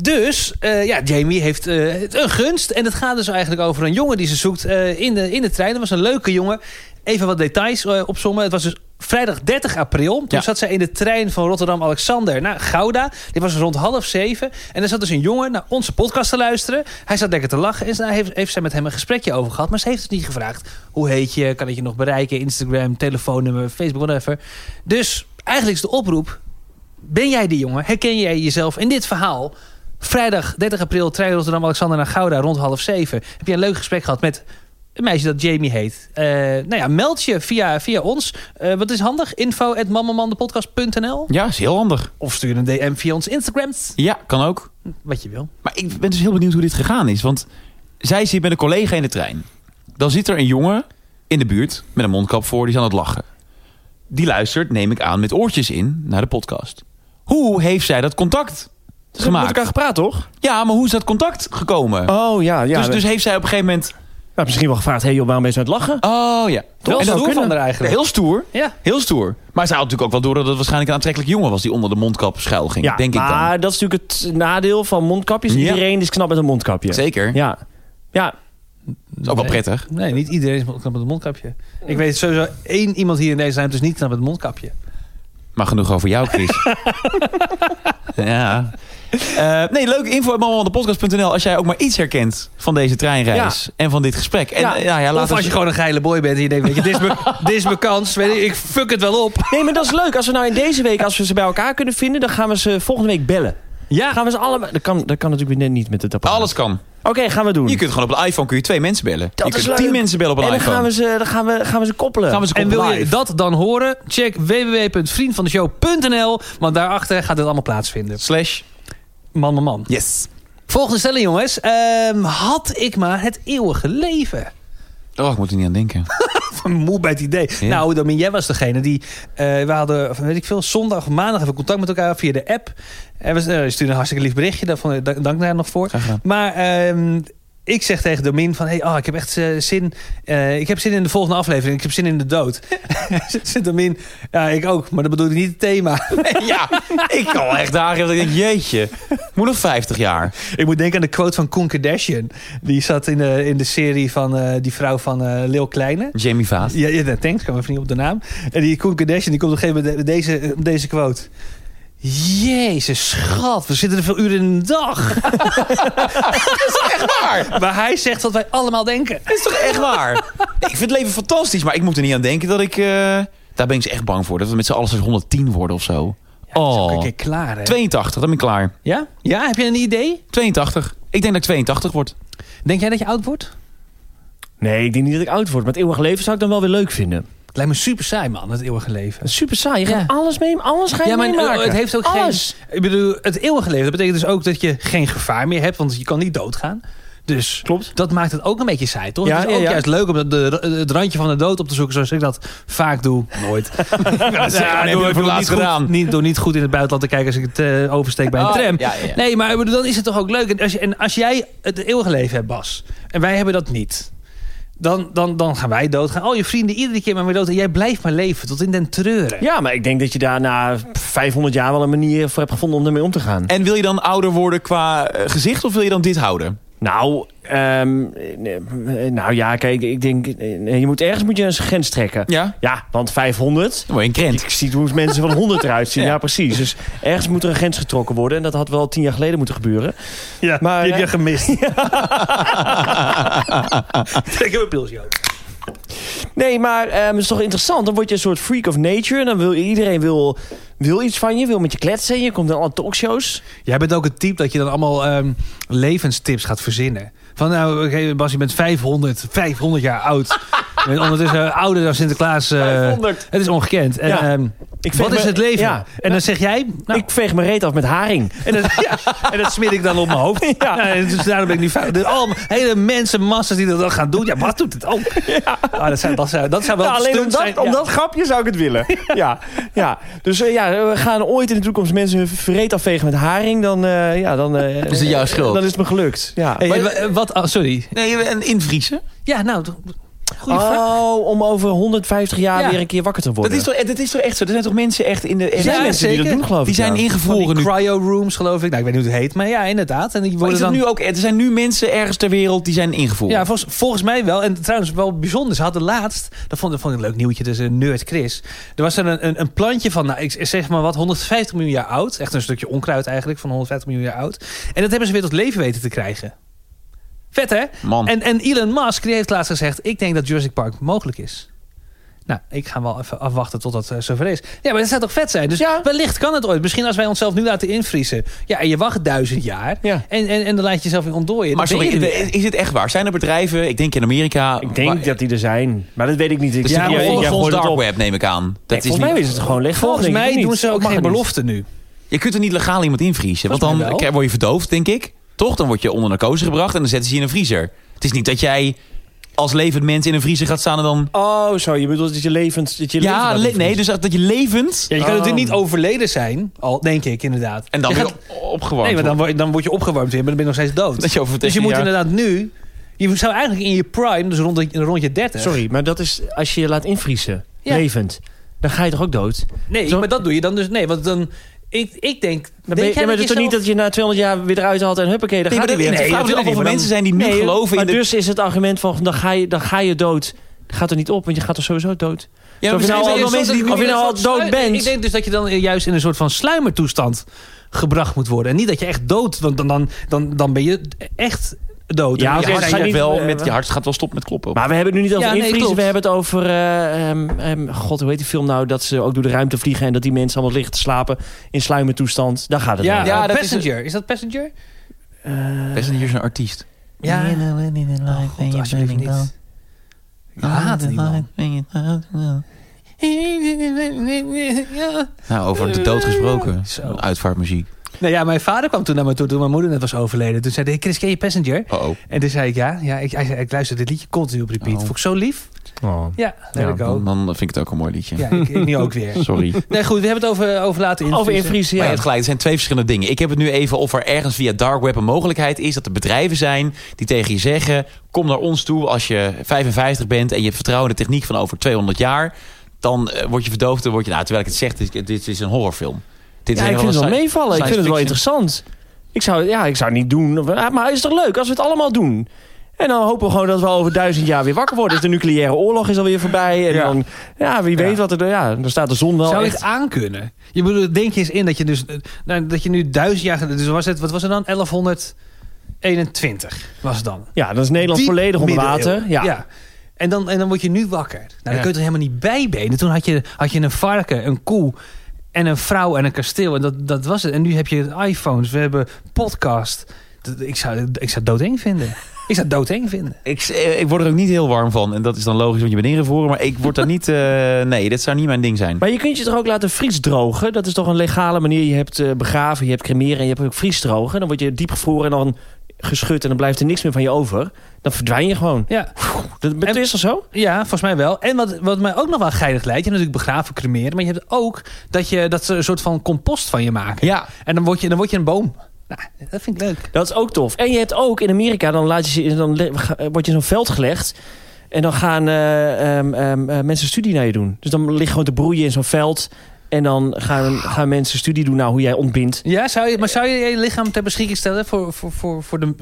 S1: Dus, eh, ja, Jamie heeft eh, een gunst. En het gaat dus eigenlijk over een jongen die ze zoekt eh, in, de, in de trein. Dat was een leuke jongen. Even wat details eh, opzommen. Het was dus vrijdag 30 april. Toen
S2: Ja.
S1: zat zij in de trein van Rotterdam-Alexander naar Gouda. Dit was rond half zeven. En er zat dus een jongen naar onze podcast te luisteren. Hij zat lekker te lachen. En daar heeft, heeft zij met hem een gesprekje over gehad. Maar ze heeft het niet gevraagd. Hoe heet je? Kan ik je nog bereiken? Instagram, telefoonnummer, Facebook, whatever. Dus eigenlijk is de oproep... Ben jij die jongen? Herken jij jezelf in dit verhaal? Vrijdag 30 april, trein Rotterdam-Alexander naar Gouda rond half zeven. Heb je een leuk gesprek gehad met een meisje dat Jamie heet. Eh, nou ja, meld je via, via ons. Eh, wat is handig? Info at mammamandepodcast.nl
S2: Ja, is heel handig.
S1: Of stuur een DM via ons Instagram.
S2: Ja, kan ook.
S1: Wat je wil.
S2: Maar ik ben dus heel benieuwd hoe dit gegaan is. Want zij zit met een collega in de trein. Dan zit er een jongen in de buurt met een mondkap voor, die is aan het lachen. Die luistert, neem ik aan, met oortjes in naar de podcast. Hoe heeft zij dat contact
S3: ze hebben met
S2: gemaakt?
S3: elkaar gepraat, toch?
S2: Ja, maar hoe is dat contact gekomen?
S3: Oh, ja. ja
S2: dus, dus heeft zij op een gegeven moment...
S3: Nou, misschien wel gevraagd, hey joh, waarom ben je zo aan het lachen?
S2: Oh ja.
S1: Wel
S2: en dat
S1: stoer van haar
S2: Ja,
S1: eigenlijk.
S2: Heel stoer.
S1: Ja.
S2: Heel stoer. Maar ze had natuurlijk ook wel door dat het waarschijnlijk een aantrekkelijk jongen was... die onder de mondkap schuil ging, denk ik
S3: maar
S2: dan.
S3: dat is natuurlijk het nadeel van mondkapjes.
S2: Ja.
S3: Iedereen is knap met een mondkapje.
S2: Zeker.
S3: Ja. Ja,
S2: Dat is ook wel
S1: Nee.
S2: prettig.
S1: Nee, niet iedereen is knap met een mondkapje. Ik weet sowieso één iemand hier in deze ruimte is niet knap met een mondkapje.
S2: Maar genoeg over jou, Chris. ja. Eh, nee, leuke info op podcast.nl als jij ook maar iets herkent van deze treinreis en van dit gesprek. En,
S3: Ja.
S2: eh, nou ja, laat
S1: of als
S2: ons-
S1: je gewoon een geile boy bent en je denkt, weet je, dit is mijn- dit is mijn kans. Weet je, ik fuck het wel op.
S3: Nee, maar dat is leuk. Als we nou in deze week, als we ze bij elkaar kunnen vinden, dan gaan we ze volgende week bellen.
S1: Ja.
S3: Gaan we ze allemaal. Dat kan, dat kan natuurlijk net niet met het apparaat.
S2: Alles kan.
S3: Oké, gaan we doen.
S2: Je kunt gewoon op een iPhone kun je twee mensen bellen.
S3: Dat
S2: je
S3: is
S2: kunt
S3: leuk.
S2: tien mensen bellen op een
S3: en dan
S2: iPhone.
S3: gaan we ze, dan gaan we, gaan we ze koppelen.
S2: Gaan we ze
S1: En wil je
S2: live.
S1: dat dan horen? Check www.vriendvandeshow.nl, want daarachter gaat dit allemaal plaatsvinden.
S2: Slash.
S1: Man, man, man.
S2: Yes.
S1: Volgende stelling, jongens. Ehm, had ik maar het eeuwige leven?
S2: Oh, ik moet er niet aan denken.
S1: Moe bij het idee.
S2: Ja.
S1: Nou, Domin, jij was degene die... eh, we hadden, of weet ik veel, zondag of maandag even contact met elkaar via de app. En we eh, stuurden een hartstikke lief berichtje. Daarvan, eh, dank daar nog voor.
S2: Graag gedaan.
S1: Maar ehm, ik zeg tegen Domin van... Hey, oh, ik heb echt eh, zin... eh, ik heb zin in de volgende aflevering. Ik heb zin in de dood. Zit Domin... Ja, ik ook. Maar dat bedoelde niet het thema.
S2: ja, ik kan wel echt dagen hebben dat ik denk, jeetje, moet nog 50 jaar.
S1: Ik moet denken aan de quote van Koen Kardashian. Die zat in de, in de serie van eh, die vrouw van eh Leeuw Kleine.
S2: Jamie Vaas.
S1: Ja, ja, thanks. Kan me even niet op de naam. En die Koen Kardashian die komt op een gegeven moment met deze, eh, met deze quote. Jezus, schat. We zitten er veel uren in de dag.
S2: Echt waar.
S1: Maar hij zegt wat wij allemaal denken.
S2: Dat is toch echt waar? Nee, ik vind het leven fantastisch, maar ik moet er niet aan denken dat ik... eh, daar ben ik dus echt bang voor. Dat we met z'n allen straks 110 worden of zo.
S1: Dat is ook een
S2: oh,
S1: keer klaar, hè?
S2: 82, dan ben ik klaar.
S1: Ja? ja, heb je een idee?
S2: 82. Ik denk dat ik 82 word.
S1: Denk jij dat je oud wordt?
S3: Nee, ik denk niet dat ik oud word. Maar het eeuwige leven zou ik dan wel weer leuk vinden.
S1: Het lijkt me super saai, man, het eeuwige leven.
S3: Super saai. Je gaat
S1: Ja.
S3: alles mee, alles ga je
S1: Ja, maar
S3: meemaken.
S1: het heeft ook
S3: alles.
S1: geen... Ik bedoel, het eeuwige leven, dat betekent dus ook dat je geen gevaar meer hebt. Want je kan niet doodgaan. Dus
S3: Klopt.
S1: dat maakt het ook een beetje saai, toch?
S3: Ja,
S1: het is ook
S3: ja, ja.
S1: juist leuk om de, de- het randje van de dood op te zoeken. Zoals ik dat vaak doe. Nooit. ja,
S2: heb ik voor het laatst
S1: niet
S2: gedaan.
S1: Goed, niet, door niet goed in het buitenland te kijken als ik het eh, oversteek bij een
S2: Oh,
S1: tram.
S2: ja, ja, ja.
S1: Nee, maar ik bedoel, dan is het toch ook leuk. En als, je- en als jij het eeuwige leven hebt, Bas. En wij hebben dat niet. Dan, dan, dan gaan wij dood. Gaan al je vrienden iedere keer maar weer dood. En jij blijft maar leven. Tot in den treuren.
S3: Ja, maar ik denk dat je daar na 500 jaar wel een manier voor hebt gevonden om ermee om te gaan.
S2: En wil je dan ouder worden qua eh, gezicht of wil je dan dit houden?
S3: Nou, ehm, nee, nou ja, kijk, ik denk, eh, je moet ergens moet je een grens trekken.
S2: Ja.
S3: Ja, want 500.
S2: Dan word je een krent.
S3: Ik zie hoe mensen van 100 eruit zien.
S2: Ja.
S3: Ja. precies. Dus ergens moet er een grens getrokken worden. En dat had wel tien jaar geleden moeten gebeuren.
S1: Ja,
S3: Maar,
S1: die heb
S3: eh,
S1: je gemist. Trek hem een pilsje op.
S3: Nee, maar ehm, het is toch interessant. Dan word je een soort freak of nature. En dan wil iedereen wil, wil iets van je. Wil met je kletsen. Je komt in alle talkshows.
S1: Jij bent ook het type dat je dan allemaal ehm, levenstips gaat verzinnen. Van nou, oké Bas, je bent 500, 500 jaar oud. je bent ondertussen eh, ouder dan Sinterklaas. eh,
S3: 500.
S1: Het is ongekend. En,
S3: Ja.
S1: ehm,
S3: Ik
S1: wat
S3: vind
S1: is
S3: me-
S1: het leven?
S3: ja.
S1: En dan zeg jij... nou,
S3: Ik veeg mijn reet af met haring.
S1: en, dat, ja, en dat smeer ik dan op mijn hoofd. Ja. en dus daarom ben ik nu fout. Dus al hele mensen, massa's die dat dan gaan doen. Ja, wat doet het ook? Ah, dat, zou, dat, zou, dat zou wel
S3: Ja, Nou, alleen om
S1: stunt
S3: dat,
S1: zijn.
S3: om
S1: Ja.
S3: dat grapje zou ik het willen. ja, ja. Dus eh, ja, we gaan ooit in de toekomst mensen hun vreet afvegen met haring. Dan, eh, ja, dan, eh,
S2: Is het jouw schuld?
S3: Dan is het me gelukt. Ja.
S1: Hey, eh, wat, ah, sorry.
S2: Nee, en invriezen.
S1: Ja, nou, goede vraag.
S3: oh, om over 150 jaar
S1: Ja.
S3: weer een keer wakker te
S2: Dat
S3: worden.
S2: is, toch, dat is toch echt zo? Er zijn toch mensen echt in de...
S3: er zijn
S1: Ja,
S3: mensen die
S1: zeker.
S3: dat doen, geloof
S2: die
S3: ik.
S2: zijn
S3: ja.
S2: ingevroren nu.
S1: Van die cryo rooms, geloof ik. Nou, ik weet niet hoe het heet, maar ja, inderdaad. En die
S2: Maar is
S1: worden
S2: dat
S1: dan...
S2: nu ook, er zijn nu mensen ergens ter wereld die zijn ingevroren.
S1: Ja, volgens, volgens mij wel. En trouwens, wel bijzonder. Ze hadden laatst, dat vond, dat vond ik een leuk nieuwtje, dus een nerd Chris. Er was er een, een, een plantje van, nou, ik zeg maar wat, 150 miljoen jaar oud. Echt een stukje onkruid eigenlijk, van 150 miljoen jaar oud. En dat hebben ze weer tot leven weten te krijgen. Vet, hè?
S2: Man.
S1: En, en Elon Musk, die heeft laatst gezegd... ik denk dat Jurassic Park mogelijk is. Nou, ik ga wel even afwachten tot dat eh, zover is. Ja, maar dat zou toch vet zijn? Dus
S3: Ja.
S1: wellicht kan het ooit. Misschien als wij onszelf nu laten invriezen. Ja, en je wacht duizend jaar.
S3: Ja.
S1: En, en, en dan laat je jezelf weer ontdooien.
S2: Maar
S1: Dan ben
S2: sorry,
S1: je er weer.
S2: is het echt waar? Zijn er bedrijven, ik denk in Amerika...
S3: Ik denk
S2: waar-
S3: dat die er zijn. Maar dat weet ik niet. Ik
S2: Dus
S3: ja,
S2: ja,
S3: jij- jij
S2: volgens ons
S3: gooit het
S2: dark
S3: op.
S2: web neem ik aan.
S3: Nee,
S2: Dat is
S3: volgens mij
S2: niet,
S3: is het gewoon leeg.
S1: Volgens
S3: denk ik.
S1: mij
S3: Of niet?
S1: doen ze ook
S3: Mag
S1: geen
S3: het niet?
S1: belofte nu.
S2: je kunt er niet legaal iemand invriezen. Want
S1: Volgens
S2: dan
S1: mij wel.
S2: word je verdoofd, denk ik. Toch? Dan word je onder narcose gebracht en dan zetten ze je in een vriezer. Het is niet dat jij als levend mens in een vriezer gaat staan en dan...
S3: Oh, zo. Je bedoelt dat je levend... Dat je levend
S2: Ja,
S3: laat
S2: le-
S3: invriezen.
S2: nee, dus dat dat je levend...
S1: Ja, je kan
S3: Oh.
S1: natuurlijk niet overleden zijn. Al, denk ik, inderdaad.
S2: En dan
S1: je
S2: weer
S1: gaat-
S2: op- opgewarmd
S1: Nee, maar dan
S2: wordt.
S1: word, dan word je opgewarmd weer, maar dan ben je nog steeds dood.
S2: Dat je over
S1: dus je
S2: tegen-
S1: moet
S2: ja.
S1: inderdaad nu... Je zou eigenlijk in je prime, dus rond, de- rond je 30...
S3: Sorry, maar dat is als je je laat invriezen.
S1: Ja.
S3: Levend. Dan ga je toch ook dood?
S1: Nee,
S3: Zo-
S1: maar dat doe je dan dus... Nee, want dan... Ik, ik denk...
S3: Dan ben
S1: denk
S3: je,
S1: jij
S3: ja, maar het is toch niet dat je na 200 jaar weer eruit haalt en huppakee, dan
S2: Nee,
S3: gaat
S2: maar
S3: hij
S2: dat-
S3: weer.
S2: nee, de vraag is
S3: natuurlijk
S2: af of er
S3: niet, maar
S2: mensen
S3: dan-
S2: zijn die nu geloven
S3: maar
S2: in de-
S3: dus is het argument van dan ga je, dan ga je dood. Dat gaat er niet op, want je gaat er sowieso dood.
S2: Ja, maar
S3: Zo, of je
S2: misschien
S3: nou
S2: zijn er
S3: al-
S2: wel mensen die...
S3: of je nou al dood bent.
S1: Ik denk dus dat je dan juist in een soort van sluimertoestand gebracht moet worden. En niet dat je echt dood... Want dan, dan, dan, dan ben je echt dood.
S3: Ja,
S1: En
S3: oké,
S2: Je
S1: dan
S2: hart,
S1: zijn
S3: ga
S1: je-
S2: gaat
S3: niet-
S2: wel
S3: eh,
S2: met, je hart gaat wel stoppen met kloppen.
S3: Maar we hebben het nu niet over
S1: Ja, nee,
S3: invriezen,
S1: klopt.
S3: we hebben het over... eh, ehm, ehm, God, hoe heet die film nou? Dat ze ook door de ruimte vliegen en dat die mensen allemaal liggen te slapen in sluimertoestand. Daar gaat het
S1: Ja,
S3: over.
S2: Ja, dat is-
S1: Passenger. Is, dat Passenger?
S2: Best hier zo'n artiest.
S1: Ja. Oh, God, alsjeblieft niet. Ah, Ik haat die man.
S2: Nou, over de dood gesproken.
S1: Zo.
S2: Uitvaartmuziek.
S1: Nou ja, mijn vader kwam toen naar me toe toen mijn moeder net was overleden. Toen zei hij, Chris, ken je Passenger?
S2: Oh,
S1: En toen zei ik, ja. ja ik, hij zei, ik luister dit liedje continu op repeat.
S2: Oh.
S1: Vond ik zo lief. Ja, let
S3: Ja,
S1: it go.
S2: dan, dan vind ik het ook een mooi liedje.
S1: Ja, ik, ik nu ook weer.
S2: Sorry.
S1: Nee, goed, we hebben het over, over laten invriezen.
S3: Over invriezen,
S2: Maar
S3: ja.
S2: je hebt gelijk, het zijn twee verschillende dingen. Ik heb het nu even of er ergens via dark web een mogelijkheid is... dat er bedrijven zijn die tegen je zeggen... kom naar ons toe als je 55 bent... en je hebt vertrouwen in de techniek van over 200 jaar... dan eh, word je verdoofd en word je... Nou, terwijl ik het zeg, dit, dit is een horrorfilm. Dit
S3: Ja,
S2: is
S3: ik
S2: helemaal
S3: vind het wel
S2: sci-
S3: meevallen. Ik
S2: science
S3: vind het wel
S2: fiction.
S3: interessant. Ik zou, ja, ik zou het niet doen. Maar maar het is toch leuk als we het allemaal doen? En dan hopen we gewoon dat we over duizend jaar weer wakker worden. Dus de nucleaire oorlog is alweer voorbij. En
S1: Ja.
S3: dan, ja, wie weet
S1: Ja.
S3: wat er... Ja, dan staat de zon wel
S1: Zou je
S3: echt...
S1: het aankunnen? Je bedoelt, denk je eens in dat je dus... eh, Nou, dat je nu duizend jaar... geleden- Dus was het, wat was het dan? 1121 was het dan.
S3: Ja, dan is Nederland
S1: Diep
S3: volledig onder
S1: middeleeuwen.
S3: water. Ja.
S1: En, dan, en dan word je nu wakker. Nou, dan
S3: Ja.
S1: kun je er helemaal niet bij benen. Toen had je, had je een varken, een koe en een vrouw en een kasteel. En dat, dat was het. En nu heb je iPhones, we hebben podcast. d- ik zou, ik zou het doodeng vinden. Ik zou het doodeng vinden.
S2: Ik, eh, ik word er ook niet heel warm van. En dat is dan logisch, want je bent ingevroren. Maar ik word daar niet... eh, nee, dat zou niet mijn ding zijn.
S3: Maar je kunt je toch ook laten vriesdrogen? Dat is toch een legale manier. Je hebt eh, begraven, je hebt cremeren en je hebt ook vriesdrogen. Dan word je diep gevroren en dan geschud en dan blijft er niks meer van je over. Dan verdwijn je gewoon.
S1: Ja,
S3: Dat, dat
S1: En-
S3: is toch zo?
S1: ja volgens mij wel. En wat, wat mij ook nog wel geinig lijkt... je hebt natuurlijk begraven, cremeren... maar je hebt ook dat, je, dat ze een soort van compost van je maken.
S2: Ja,
S1: En dan word je, dan word je een boom. Nou, dat vind ik leuk.
S3: Dat is ook tof. En je hebt ook in Amerika, dan, laat je, ze- dan le- ga- word je in zo'n veld gelegd. En dan gaan eh, ehm, ehm, eh, mensen studie naar je doen. Dus dan lig je gewoon te broeien in zo'n veld. En dan gaan, gaan mensen studie doen naar hoe jij ontbindt.
S1: Ja, zou je, maar zou je je lichaam ter beschikking stellen voor, voor, voor, voor de...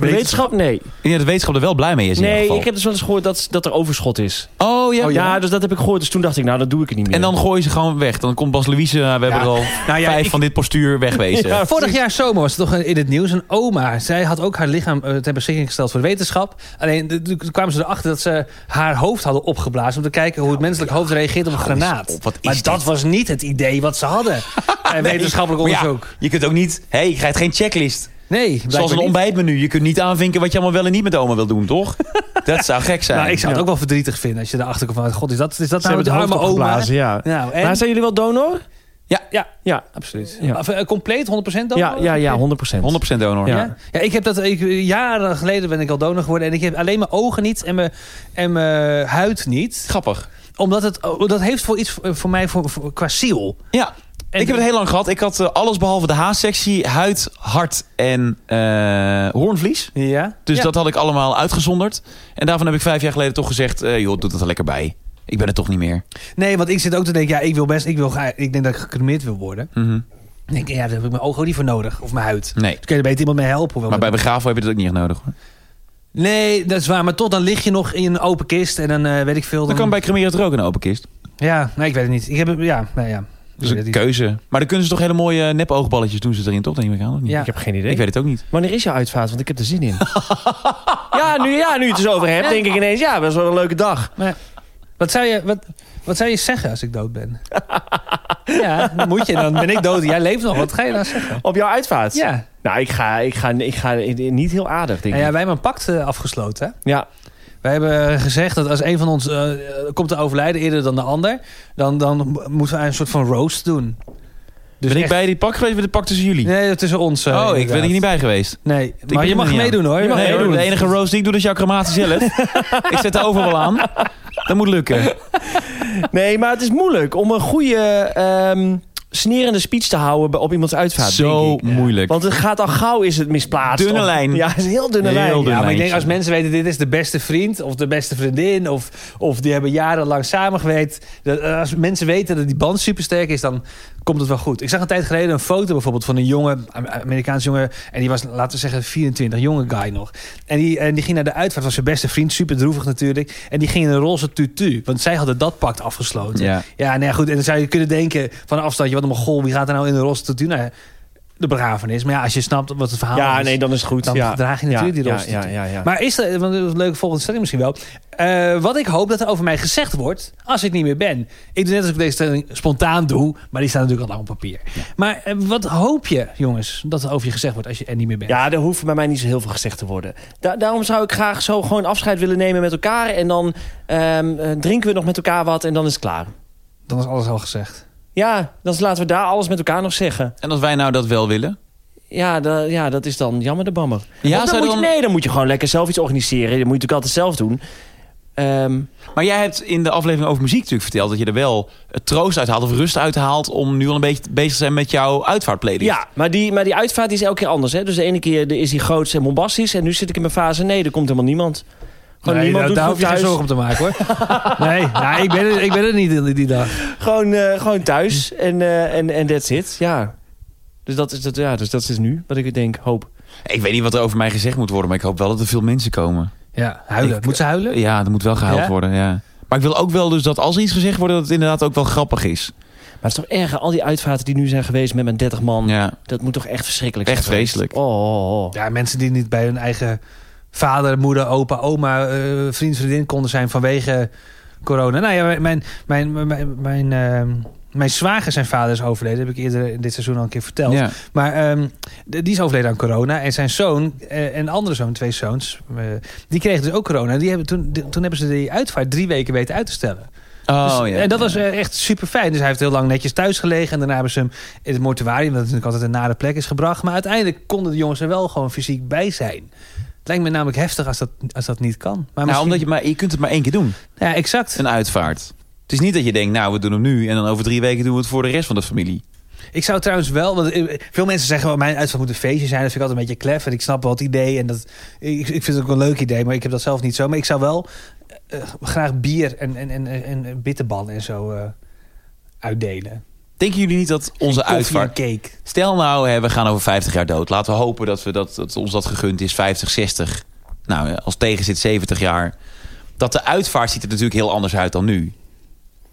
S3: De wetenschap? Nee.
S2: ik denk dat de wetenschap er wel blij mee is in
S3: Nee,
S2: ieder
S3: ik
S2: geval.
S3: heb dus wel eens gehoord dat, dat er overschot is.
S2: Oh, ja.
S3: Ja, dus dat heb ik gehoord. Dus toen dacht ik, nou, dat doe ik het niet meer.
S2: En dan gooien ze gewoon weg. Dan komt Bas Louise, eh, we hebben er al
S1: Nou ja,
S2: vijf
S1: ik-
S2: van dit postuur wegwezen.
S3: Ja.
S1: Vorig jaar zomer was het toch in het nieuws. Een oma, zij had ook haar lichaam eh, ter beschikking gesteld voor de wetenschap. Alleen de- de- toen kwamen ze erachter dat ze haar hoofd hadden opgeblazen... om te kijken hoe het menselijk hoofd reageert op een granaat.
S2: op, wat is
S1: maar
S2: dit?
S1: dat was niet het idee wat ze hadden. En wetenschappelijk
S2: Maar ja,
S1: onderzoek.
S2: je kunt ook niet... Hé, je krijgt geen checklist.
S1: Nee, blijkbaar
S2: Zoals een
S1: niet.
S2: ontbijtmenu. Je kunt niet aanvinken wat je allemaal wel en niet met oma wil doen, toch? dat zou gek zijn.
S1: Nou, ik zou het
S3: Ja.
S1: ook wel verdrietig vinden als je erachter komt van... God, is dat, is dat
S3: Ze
S1: nou de
S3: hebben het
S1: arme
S3: hoofd
S1: oma?
S3: opgeblazen, ja.
S1: Nou, en,
S3: Maar zijn jullie wel donor?
S1: ja,
S3: Ja,
S1: absoluut.
S3: Ja.
S1: Of, eh, compleet, 100% dan?
S3: ja, ja, ja 100%.
S2: 100% donor.
S3: Ja.
S1: Ja. ja, ik heb dat ik, jaren geleden ben ik al donor geworden en ik heb alleen mijn ogen niet en mijn, en mijn huid niet,
S2: Grappig.
S1: omdat het oh, dat heeft voor iets eh, voor mij voor, voor- qua ziel.
S2: Ja.
S1: En-
S2: ik heb het heel lang gehad. Ik had eh, alles behalve de haarsectie, huid, hart en eh, hoornvlies.
S1: Ja.
S2: Dus
S1: ja.
S2: dat had ik allemaal uitgezonderd. En daarvan heb ik vijf jaar geleden toch gezegd... eh, joh, doe dat er lekker bij. Ik ben het toch niet meer.
S1: Nee, want ik zit ook te denken, ja, ik wil best, ik wil, ga- ik denk dat ik gecremeerd wil worden.
S2: Mhm.
S1: Ik denk, ja, daar heb ik mijn ogen ook niet voor nodig of mijn huid.
S2: Nee.
S1: Dus kun je er beter iemand mee helpen. hoewel
S2: Maar bij
S1: dat-
S2: begraven heb je dat ook niet echt nodig. Hoor.
S1: Nee, dat is waar. Maar tot dan lig je nog in een open kist en dan eh, weet ik veel.
S2: Dan
S1: Dan,
S2: kan bij cremeren toch ook een open kist.
S1: Ja, nee, ik weet het niet. Ik heb het- ja, nou ja.
S2: Dus
S1: Ik weet
S2: een
S1: het
S2: keuze. Maar dan kunnen ze toch hele mooie nep-oogballetjes doen ze erin, toch? Denk ik aan, of niet?
S1: Ja.
S3: Ik heb geen idee.
S2: Ik weet het ook niet.
S3: Wanneer is jouw uitvaart? Want ik heb er zin in. ja, nu, ja, nu je het eens over hebt, denk ik ineens... ja, dat is wel een leuke dag.
S1: niet. Wat zou je, wat, wat zou je zeggen als ik dood ben? ja, dan moet je. Dan ben ik dood. Jij leeft nog. Wat ga je dan zeggen?
S3: Op jouw uitvaart?
S1: Ja.
S3: Nou, ik ga, ik ga, ik ga niet heel aardig, denk
S1: Nou
S3: ik.
S1: ja,
S3: Ja,
S1: wij hebben een pact eh, afgesloten. hè? Wij hebben gezegd dat als een van ons eh, komt te overlijden eerder dan de ander, dan, dan moeten we een soort van roast doen. Dus
S2: ben ik
S1: echt-
S2: bij die pak geweest? Bij de pak tussen jullie?
S1: Nee, tussen ons. eh,
S2: oh, ik ben
S1: inderdaad.
S2: er niet bij geweest.
S1: Nee, maar
S2: ben
S1: je
S2: er
S1: mag
S2: niet aan.
S1: meedoen hoor.
S3: Je mag
S2: nee,
S1: meedoen.
S2: hoor, de enige roast die ik doe is jouw crematie zelf. ik zet de oven wel aan. Dat moet lukken.
S3: Nee, maar het is moeilijk om een goede, ehm, snerende speech te houden bij- op iemands uitvaart,
S2: Zo
S3: denk ik.
S2: moeilijk.
S3: Want het gaat al gauw is het misplaatst.
S2: Dunne
S3: Of-
S2: lijn.
S3: Ja, het is een heel dunne
S2: Heel
S3: lijn.
S2: dun.
S1: Ja, maar ik denk
S2: lijntje.
S1: als mensen weten dit is de beste vriend of de beste vriendin of, of die hebben jarenlang samengewerkt. dat, eh, Als mensen weten dat die band supersterk is, dan komt het wel goed. Ik zag een tijd geleden een foto bijvoorbeeld van een jonge, Am- Amerikaanse jongen. En die was, laten we zeggen, 24, jonge guy nog. En die, en die ging naar de uitvaart van zijn beste vriend, super droevig natuurlijk. En die ging in een roze tutu, want zij hadden dat pact afgesloten.
S2: Ja.
S1: Ja, nou ja, goed. En dan zou je kunnen denken van een afstandje, wat een goal, wie gaat er nou in een roze tutu naar de begrafenis? Maar ja, als je snapt wat het verhaal
S3: Ja,
S1: is.
S3: nee, dan is het goed.
S1: Dan
S3: ja.
S1: draag je natuurlijk
S3: Ja,
S1: die roze
S3: Ja,
S1: tutu.
S3: ja, ja, ja.
S1: Maar is er, want dat is een leuke volgende stelling misschien wel. Eh, wat ik hoop dat er over mij gezegd wordt als ik niet meer ben. Ik doe net als ik deze stelling spontaan doe, maar die staat natuurlijk al lang op papier. Maar eh, wat hoop je, jongens, dat er over je gezegd wordt als je er niet meer bent?
S3: Ja, er hoeft bij mij niet zo heel veel gezegd te worden. Da- daarom zou ik graag zo gewoon afscheid willen nemen met elkaar. En dan ehm, eh, drinken we nog met elkaar wat en dan is het klaar.
S1: Dan is alles al gezegd.
S3: Ja, dan laten we daar alles met elkaar nog zeggen.
S2: En als wij nou dat wel willen?
S3: Ja, da- ja dat is dan jammer de bammer.
S2: Ja,
S3: Of dan
S2: zou
S3: moet je,
S2: dan-
S3: nee, dan moet je gewoon lekker zelf iets organiseren. Dat moet je natuurlijk altijd zelf doen. Ehm,
S2: Maar jij hebt in de aflevering over muziek natuurlijk verteld... dat je er wel het troost uit haalt of rust uit haalt... om nu al een beetje bezig te zijn met jouw uitvaartplaylist.
S3: ja, maar die, maar die uitvaart die is elke keer anders. Hè? Dus de ene keer is die groots en bombastisch. En nu zit ik in mijn fase, nee, er komt helemaal niemand. Gewoon
S1: Nee,
S2: nou,
S3: niemand
S1: daar, daar
S3: doet
S1: hoef je
S3: voor
S1: geen
S3: nou, thuis.
S1: zorgen om te maken hoor. nee, nou, ik, ben er, ik ben er niet die, die dag.
S3: Gewoon, eh, gewoon thuis en, eh en, en that's it. Ja. Dus dat, is, dat, ja, dus dat is nu wat ik denk, hoop.
S2: Ik weet niet wat er over mij gezegd moet worden... maar ik hoop wel dat er veel mensen komen.
S1: Ja, huilen.
S2: Ik-
S1: Moet ze huilen?
S2: Ja, er moet wel gehuild
S1: Ja?
S2: worden, ja. Maar ik wil ook wel dus dat als er iets gezegd wordt... dat het inderdaad ook wel grappig is.
S3: Maar het is toch erg, al die uitvaarten die nu zijn geweest met mijn 30 man.
S2: Ja,
S3: Dat moet toch echt verschrikkelijk zijn.
S2: echt vreselijk.
S3: Oh, oh, oh.
S1: Ja, mensen die niet bij hun eigen vader, moeder, opa, oma, eh, vriend, vriendin konden zijn vanwege corona. Nou ja, mijn, mijn, mijn, mijn, mijn, ehm, Mijn zwager, zijn vader is overleden. Dat heb ik eerder in dit seizoen al een keer verteld.
S2: Ja.
S1: Maar ehm, de- die is overleden aan corona. En zijn zoon eh, en de andere zoon, twee zoons, eh, die kregen dus ook corona. Die hebben toen, die- toen hebben ze die uitvaart drie weken weten uit te stellen.
S2: Oh,
S1: Dus,
S2: ja.
S1: En dat was eh, echt super fijn. Dus hij heeft heel lang netjes thuis gelegen. En daarna hebben ze hem in het mortuarium, dat natuurlijk altijd een nare plek is, gebracht. Maar uiteindelijk konden de jongens er wel gewoon fysiek bij zijn. Het lijkt me namelijk heftig als dat, als dat niet kan. Maar
S2: Nou,
S1: misschien-
S2: omdat je, maar je kunt het maar één keer doen.
S1: Ja, exact.
S2: Een uitvaart. Het is niet dat je denkt, nou, we doen hem nu. En dan over drie weken doen we het voor de rest van de familie.
S1: Ik zou trouwens wel, want eh, veel mensen zeggen, wel, mijn uitvaart moet een feestje zijn. Dat vind ik altijd een beetje klef. En ik snap wel het idee. En dat, ik, ik vind het ook een leuk idee, maar ik heb dat zelf niet zo. Maar ik zou wel eh, graag bier en, en, en, en en bitterballen en zo eh, uitdelen.
S2: Denken jullie niet dat onze
S1: Koffie en
S2: uitvaart...
S1: cake.
S2: Stel nou, hè, we gaan over 50 jaar dood. Laten we hopen dat, we dat, dat ons dat gegund is, 50, 60. Nou, als tegen zit 70 jaar. Dat de uitvaart ziet er natuurlijk heel anders uit dan nu.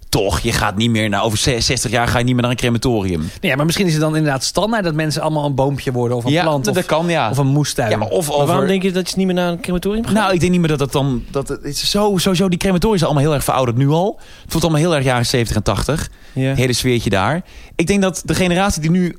S2: Toch, je gaat niet meer... Nou, over ze- 60 jaar ga je niet meer naar een crematorium.
S1: Nee, ja, maar misschien is het dan inderdaad standaard dat mensen allemaal een boompje worden of een
S2: ja,
S1: plant
S2: dat
S1: of,
S2: kan, ja.
S1: of een moestuin.
S2: ja, maar of over...
S3: Maar waarom denk je dat je niet meer naar een crematorium gaat?
S2: Nou, ik denk niet meer dat dat dan... Dat, het is zo, sowieso, die crematoria zijn allemaal heel erg verouderd nu al. Het voelt allemaal heel erg jaren 70 en 80.
S3: Ja.
S2: Het hele sfeertje daar. Ik denk dat de generatie die nu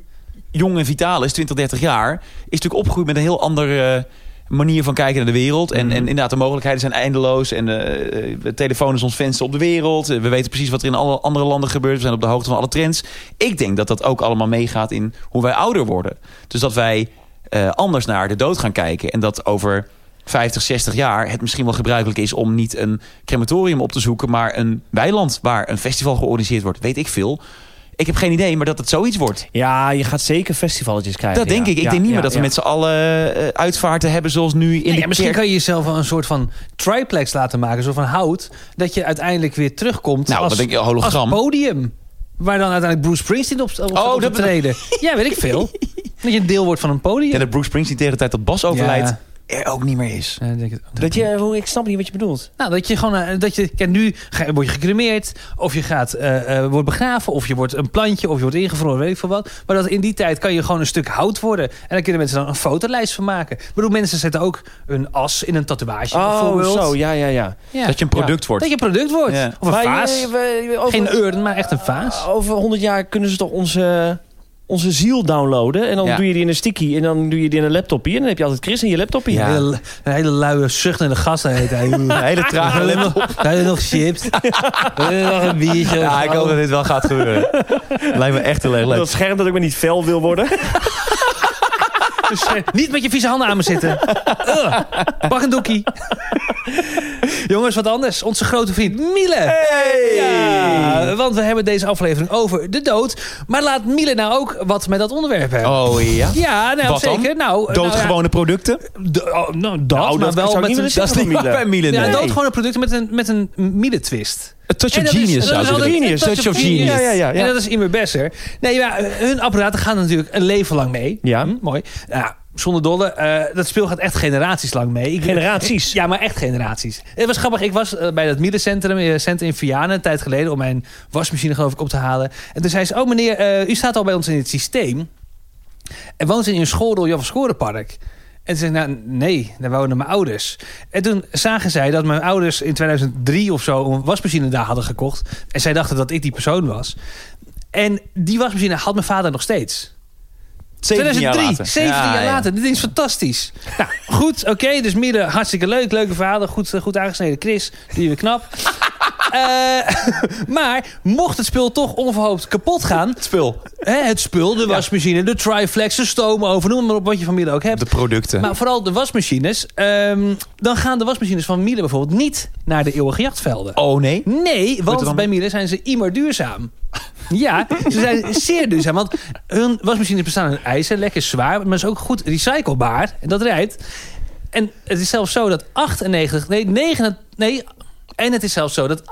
S2: jong en vitaal is, 20, 30 jaar... is natuurlijk opgegroeid met een heel andere eh, manier van kijken naar de wereld.
S3: Mhm.
S2: En, en inderdaad, de mogelijkheden zijn eindeloos. En eh, eh, de telefoon is ons venster op de wereld. Eh, We weten precies wat er in alle andere landen gebeurt. We zijn op de hoogte van alle trends. Ik denk dat dat ook allemaal meegaat in hoe wij ouder worden. Dus dat wij eh, anders naar de dood gaan kijken. En dat over 50, 60 jaar het misschien wel gebruikelijk is... om niet een crematorium op te zoeken... maar een weiland waar een festival georganiseerd wordt. Weet ik veel. Ik heb geen idee, maar dat het zoiets wordt.
S3: Ja, je gaat zeker festivaletjes krijgen.
S2: Dat denk
S3: ja.
S2: ik. Ik
S3: Ja,
S2: denk niet
S3: ja,
S2: meer dat we
S3: ja.
S2: met z'n allen eh, uitvaarten hebben... zoals nu in
S1: Nee, ja,
S2: de
S1: misschien
S2: kerk.
S1: kan je jezelf wel een soort van triplex laten maken, zo van hout, dat je uiteindelijk weer terugkomt
S2: Nou,
S1: als,
S2: wat denk je, hologram?
S1: als podium. Waar dan uiteindelijk Bruce Springsteen op, op
S2: Oh,
S1: op
S2: dat-
S1: treden. Ja, weet ik veel. Dat je een deel wordt van een podium.
S2: Ja, dat Bruce Springsteen tegen de tijd dat Bas overlijdt...
S1: Ja.
S2: er ook niet meer is.
S1: Ja, ik denk het ook.
S3: Dat je, hoe- ik snap niet wat je bedoelt.
S1: Nou, dat je gewoon, eh, dat je, kijk, nu ga- word je gecremeerd, of je gaat, eh, eh, wordt begraven, of je wordt een plantje, of je wordt ingevroren, weet ik veel wat. Maar dat in die tijd kan je gewoon een stuk hout worden. En dan kunnen mensen dan een fotolijst van maken. Ik bedoel, mensen zetten ook een as in een tatoeage
S3: Oh,
S1: bijvoorbeeld.
S3: zo. Ja, ja, ja.
S1: Ja.
S2: Dat je een product wordt.
S1: Dat je een product wordt.
S2: Ja.
S1: Of een
S3: Maar je-
S1: vaas.
S3: we- we- over-
S1: Geen urn, maar echt een vaas.
S3: Over 100 jaar kunnen ze toch onze, onze ziel downloaden. En dan
S2: Ja.
S3: doe je die in een sticky. En dan doe je die in een laptopje. En dan heb je altijd Chris in je laptopje.
S1: Een, hele, een hele luie zuchtende gast heet hij.
S2: Een hele trage
S1: Wil je nog- wil je nog chips? Wil je nog een biertje?
S2: Ja, ik hoop dat dit wel gaat gebeuren. Lijkt me echt heel erg leuk.
S3: Dat scherm dat ik maar niet fel wil worden.
S1: Dus, eh, niet met je vieze handen aan me zitten. Ugh. Pak een doekie. Jongens, wat anders. Onze grote vriend Miele.
S2: Hey!
S1: Ja, want we hebben deze aflevering over de dood. Maar laat Miele nou ook wat met dat onderwerp hebben.
S2: Oh ja.
S1: Ja, nou,
S2: Wat dan?
S1: zeker. Nou, nou,
S2: Doodgewone producten?
S1: ja, d- oh, nou, dat,
S3: Nou,
S1: maar
S3: dat
S1: wel met
S3: zou ik niet
S1: een...
S3: willen zeggen.
S2: Dat is niet
S3: Van Miele.
S2: waar bij Miele.
S1: Ja,
S2: nee.
S1: doodgewone producten met een, met een Miele-twist.
S2: A touch
S1: En
S2: of
S1: dat is-
S2: genius
S1: dat
S2: zou
S1: is
S2: ik
S1: altijd-
S2: zeggen.
S3: Genius,
S1: touch of genius.
S3: Ja, ja, ja, ja.
S1: En dat is immer besser. Nee, ja, hun apparaten gaan natuurlijk een leven lang mee.
S3: Ja.
S1: Hm, mooi. Ja, zonder dolle. eh, dat speel gaat echt generaties lang mee. Ik-
S3: Generaties.
S1: Ja, maar echt generaties. Het was grappig. Ik was eh, bij dat middencentrum eh, centrum in Vianen een tijd geleden... om mijn wasmachine geloof ik op te halen. En toen zei ze, oh meneer, eh, u staat al bij ons in het systeem. En woont u in een schoolrol Jan van Schorenpark? En ze zei, nou nee, daar wonen mijn ouders. En toen zagen zij dat mijn ouders in 2003 of zo... een wasmachine daar hadden gekocht. En zij dachten dat ik die persoon was. En die wasmachine had mijn vader nog steeds.
S2: 17 jaar
S1: 2003,
S2: later.
S1: 17
S2: Ja,
S1: jaar
S2: ja.
S1: later. Dit is fantastisch. Nou, goed, oké. dus midden, hartstikke leuk. Leuke verhalen. Goed, eh, goed aangesneden. Chris, die weer knap. Eh, maar mocht het spul toch onverhoopt kapot gaan...
S2: Het spul.
S1: Hè, het spul, de wasmachine, de triflex, de stoomoven... noem maar op wat je van Miele ook hebt.
S2: De producten.
S1: Maar vooral de wasmachines. ehm, dan gaan de wasmachines van Miele bijvoorbeeld niet naar de eeuwige jachtvelden.
S2: oh nee.
S1: Nee,
S2: Wordt er
S1: want
S2: dan-
S1: bij Miele zijn ze immer duurzaam. Ja, ze zijn zeer duurzaam. Want hun wasmachines bestaan uit ijzer, lekker zwaar, maar is ook goed recyclebaar. En dat rijdt. En het is zelfs zo dat 98, nee, 9, nee, en het is zelfs zo dat 98%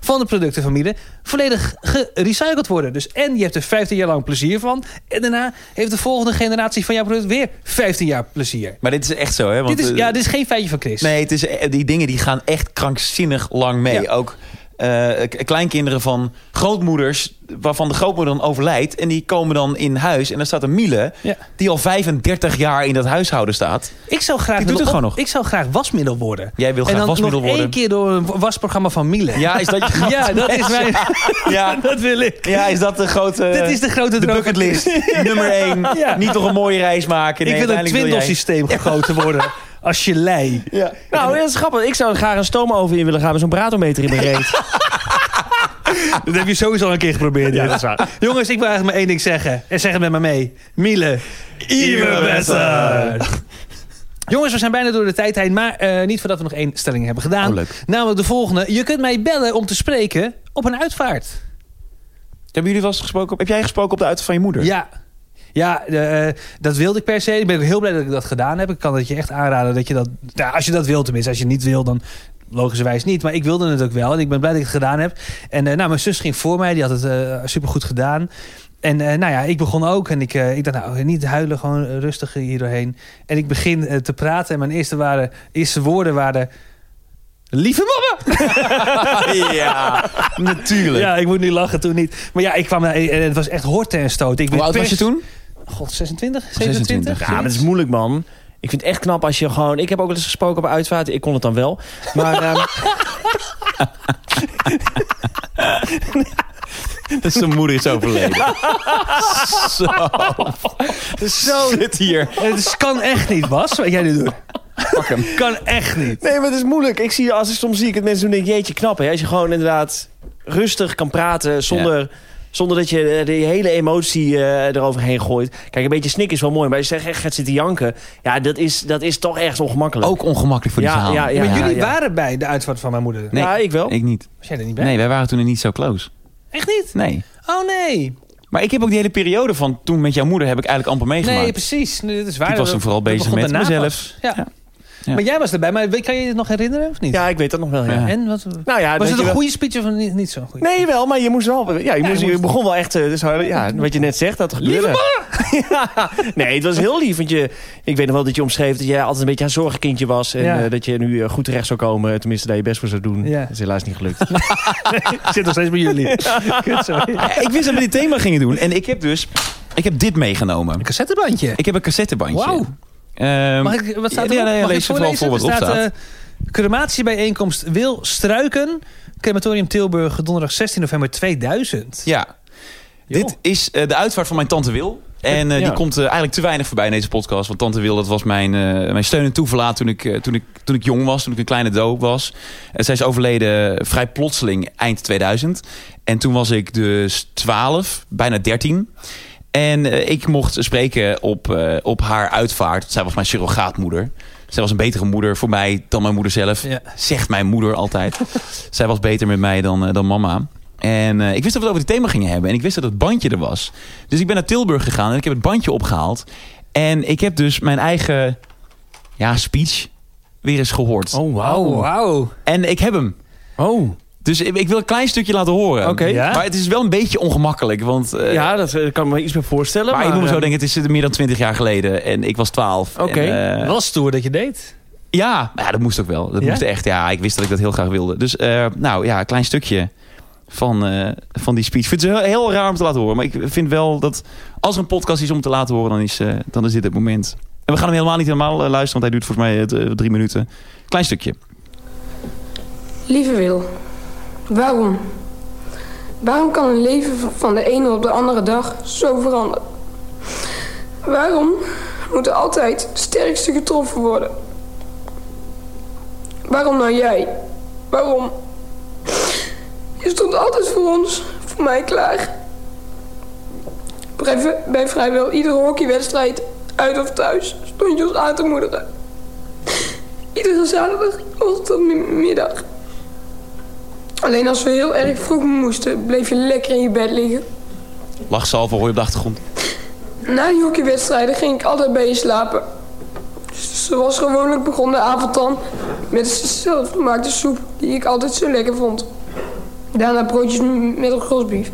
S1: van de producten van Miele volledig gerecycled worden. Dus en je hebt er 15 jaar lang plezier van. En daarna heeft de volgende generatie van jouw product weer 15 jaar plezier.
S2: Maar dit is echt zo, hè? Want,
S1: Dit is,
S2: eh,
S1: ja, dit is geen feitje van Chris.
S2: Nee, het is, eh, die dingen die gaan echt krankzinnig lang mee.
S1: Ja.
S2: Ook eh, k- kleinkinderen van grootmoeders... waarvan de grootmoeder dan overlijdt. En die komen dan in huis. En dan staat een Miele,
S1: Ja.
S2: die al 35 jaar in dat huishouden staat.
S1: Ik zou graag,
S2: Die doet het
S1: op-
S2: gewoon nog.
S1: Ik zou graag wasmiddel worden.
S2: Jij wil
S1: en
S2: graag
S1: dan
S2: wasmiddel
S1: nog één
S2: worden.
S1: keer door een wasprogramma van Miele.
S2: Ja, is dat, je-
S1: Ja, dat is mijn...
S2: ja,
S1: dat wil ik.
S2: ja, is dat de grote...
S1: Dit is de grote
S2: de
S1: droom.
S2: bucketlist. Nummer 1.
S1: Ja.
S2: Niet nog een mooie reis maken.
S1: ik
S2: Nee,
S1: wil een
S2: uiteindelijk wil jij-
S1: twindelsysteem gegoten worden. Als je lei.
S2: Ja.
S3: Nou, dat is grappig. Ik zou er graag een stoomoven in willen gaan met zo'n bradometer in mijn reet.
S1: Dat heb je sowieso al een keer geprobeerd. Ja, dat is waar. Jongens, ik wil eigenlijk maar één ding zeggen. En zeg het met me mee. Miele. Iwe Wester. Jongens, we zijn bijna door de tijd heen. Maar eh, niet voordat we nog één stelling hebben gedaan.
S2: Oh, leuk.
S1: Namelijk de volgende. Je kunt mij bellen om te spreken op een uitvaart.
S2: Hebben jullie wel eens gesproken? op- Heb jij gesproken op de uit van je moeder?
S1: Ja. Ja, eh, dat wilde ik per se. Ik ben ook heel blij dat ik dat gedaan heb. Ik kan het je echt aanraden dat je dat... Nou, als je dat wil tenminste. Als je niet wil, dan logischerwijs niet. Maar ik wilde het ook wel. En ik ben blij dat ik het gedaan heb. En eh, nou, mijn zus ging voor mij. Die had het eh, supergoed gedaan. En eh, nou ja, ik begon ook. En ik, eh, ik dacht, nou, niet huilen. Gewoon eh, rustig hier doorheen. En ik begin eh, te praten. En mijn eerste, waren, eerste woorden waren... Lieve mama!
S2: ja natuurlijk.
S1: Ja, ik moet nu lachen, toen niet. Maar ja, ik kwam... eh, En het was echt horten en stoten. Ik
S2: Hoe
S1: werd
S2: oud was
S1: pers-
S2: je toen? Oh,
S1: God, 26?
S2: 26,
S1: 27?
S3: Ja, maar dat is moeilijk, man. Ik vind het echt knap als je gewoon... Ik heb ook wel eens gesproken op een uitvaart. Ik kon het dan wel. Maar ehm,
S2: Dat zijn moeder is overleden. Zo. Zo. Zit hier.
S1: Het is- kan echt niet, Bas, wat jij nu doet.
S2: Pak hem.
S1: Kan echt niet.
S3: Nee, maar het is moeilijk. Ik zie, als ik soms zie ik het mensen doen, denk ik, jeetje, knap. Hè? Als je gewoon inderdaad rustig kan praten zonder... Zonder dat je eh, die hele emotie eh, eroverheen gooit. Kijk, een beetje snik is wel mooi. Maar je zegt echt, gaat zitten janken. Ja, dat is, dat is toch echt ongemakkelijk.
S2: Ook ongemakkelijk voor die
S3: Ja,
S2: verhaal.
S3: ja, ja.
S1: maar jullie
S3: ja.
S1: waren bij de uitvaart van mijn moeder.
S2: Nee,
S3: Ja, ik wel.
S2: Ik niet.
S1: Was jij er niet bij?
S2: Nee, wij waren toen niet zo close.
S1: Echt niet?
S2: Nee.
S1: Oh nee.
S2: Maar ik heb ook die hele periode van toen met jouw moeder heb ik eigenlijk amper meegemaakt.
S1: Nee, precies. Nee, dat is waar.
S2: Ik was
S1: Dat-
S2: toen vooral
S1: dat
S2: bezig
S1: begon
S2: met
S1: daarna
S2: mezelf.
S1: pas. Ja.
S2: Ja. Ja.
S1: Maar jij was erbij, maar weet- kan je je nog herinneren of niet?
S3: Ja, ik weet dat nog wel, ja.
S2: Ja.
S1: En wat,
S3: Nou ja,
S1: was het
S3: dat je
S1: een
S3: wel-
S1: goede speech of niet, niet zo'n goede?
S3: Nee, wel, maar je moest wel... Ja, je, moest, je begon wel echt... eh, Dus, hard- ja, wat je net zegt, dat gebeurde. ja, nee, het was heel lief. Want je, ik weet nog wel dat je omschreef dat jij altijd een beetje een zorgenkindje was. En
S1: Ja.
S3: eh, dat je nu eh, goed terecht zou komen. Tenminste, dat je best voor zou doen.
S1: Ja.
S3: Dat is helaas niet gelukt.
S1: Ik zit nog steeds bij jullie. Kut, sorry.
S2: Ja, Ah, ik wist dat we dit thema gingen doen. En ik heb dus... Ik heb dit meegenomen.
S1: Een cassettebandje.
S2: Ik heb een cassettebandje.
S1: Wauw.
S2: Ehm,
S1: Mag ik, wat staat er
S2: Ja, nee,
S1: Mag ik
S2: lees
S1: het
S2: het vooral
S1: voorlezen?
S2: voor wat
S1: Er
S2: erop
S1: staat,
S2: staat.
S1: eh, crematiebijeenkomst Wil Struiken. Crematorium Tilburg, donderdag 16 november 2000.
S2: Ja.
S1: Joh.
S2: Dit is eh, de uitvaart van mijn tante Wil. En eh,
S3: Ja.
S2: die komt eh, eigenlijk te weinig voorbij in deze podcast. Want tante Wil, dat was mijn, eh, mijn steun en toeverlaat toen ik, eh, toen, ik, toen ik jong was. Toen ik een kleine doop was. En zij is overleden eh, vrij plotseling eind 2000. En toen was ik dus 12, bijna 13. En eh, ik mocht spreken op, eh, op haar uitvaart. Zij was mijn surrogaatmoeder. Zij was een betere moeder voor mij dan mijn moeder zelf.
S1: Ja.
S2: Zegt mijn moeder altijd. Zij was beter met mij dan, eh, dan mama. En eh, ik wist dat we het over dit thema gingen hebben. En ik wist dat het bandje er was. Dus ik ben naar Tilburg gegaan en ik heb het bandje opgehaald. En ik heb dus mijn eigen ja, speech weer eens gehoord.
S3: Oh,
S1: Oh, wauw.
S2: En ik heb hem.
S3: Oh.
S2: Dus ik, ik wil een klein stukje laten horen.
S3: Oké.
S1: Ja?
S2: Maar het is wel een beetje ongemakkelijk. Want eh,
S3: ja, dat eh, kan ik me iets meer voorstellen.
S2: maar je moet me
S3: eh,
S6: ehm,
S2: zo denken, het is meer dan 20 jaar geleden en ik was 12.
S3: Oké.
S2: En, eh,
S1: Wel stoer dat je deed.
S2: ja, maar ja, dat moest ook wel. Dat
S1: Ja?
S2: moest echt. Ja, ik wist dat ik dat heel graag wilde. Dus eh, nou ja, een klein stukje van, eh, van die speech. Ik vind het heel, heel raar om te laten horen. Maar ik vind wel dat als er een podcast is om te laten horen, dan is, eh, dan is dit het moment. En we gaan hem helemaal niet helemaal eh, luisteren, want hij duurt volgens mij eh, d- drie minuten. Klein stukje.
S7: Lieve Wil, waarom? Waarom kan een leven v- van de ene op de andere dag zo veranderen? Waarom moeten altijd de sterkste getroffen worden? Waarom nou jij? Waarom? Je stond altijd voor ons, voor mij klaar. Bij, v- bij vrijwel iedere hockeywedstrijd, uit of thuis, stond je ons aan te moedigen. Iedere zaterdag was tot mi- middag. Alleen als we heel erg vroeg moesten, bleef je lekker in je bed liggen.
S2: Lachsalve hoor je op de achtergrond.
S7: Na die hockeywedstrijden ging ik altijd bij je slapen. Zoals gewoonlijk begon de avond dan met de zelfgemaakte soep die ik altijd zo lekker vond. Daarna broodjes m- met een grosbief.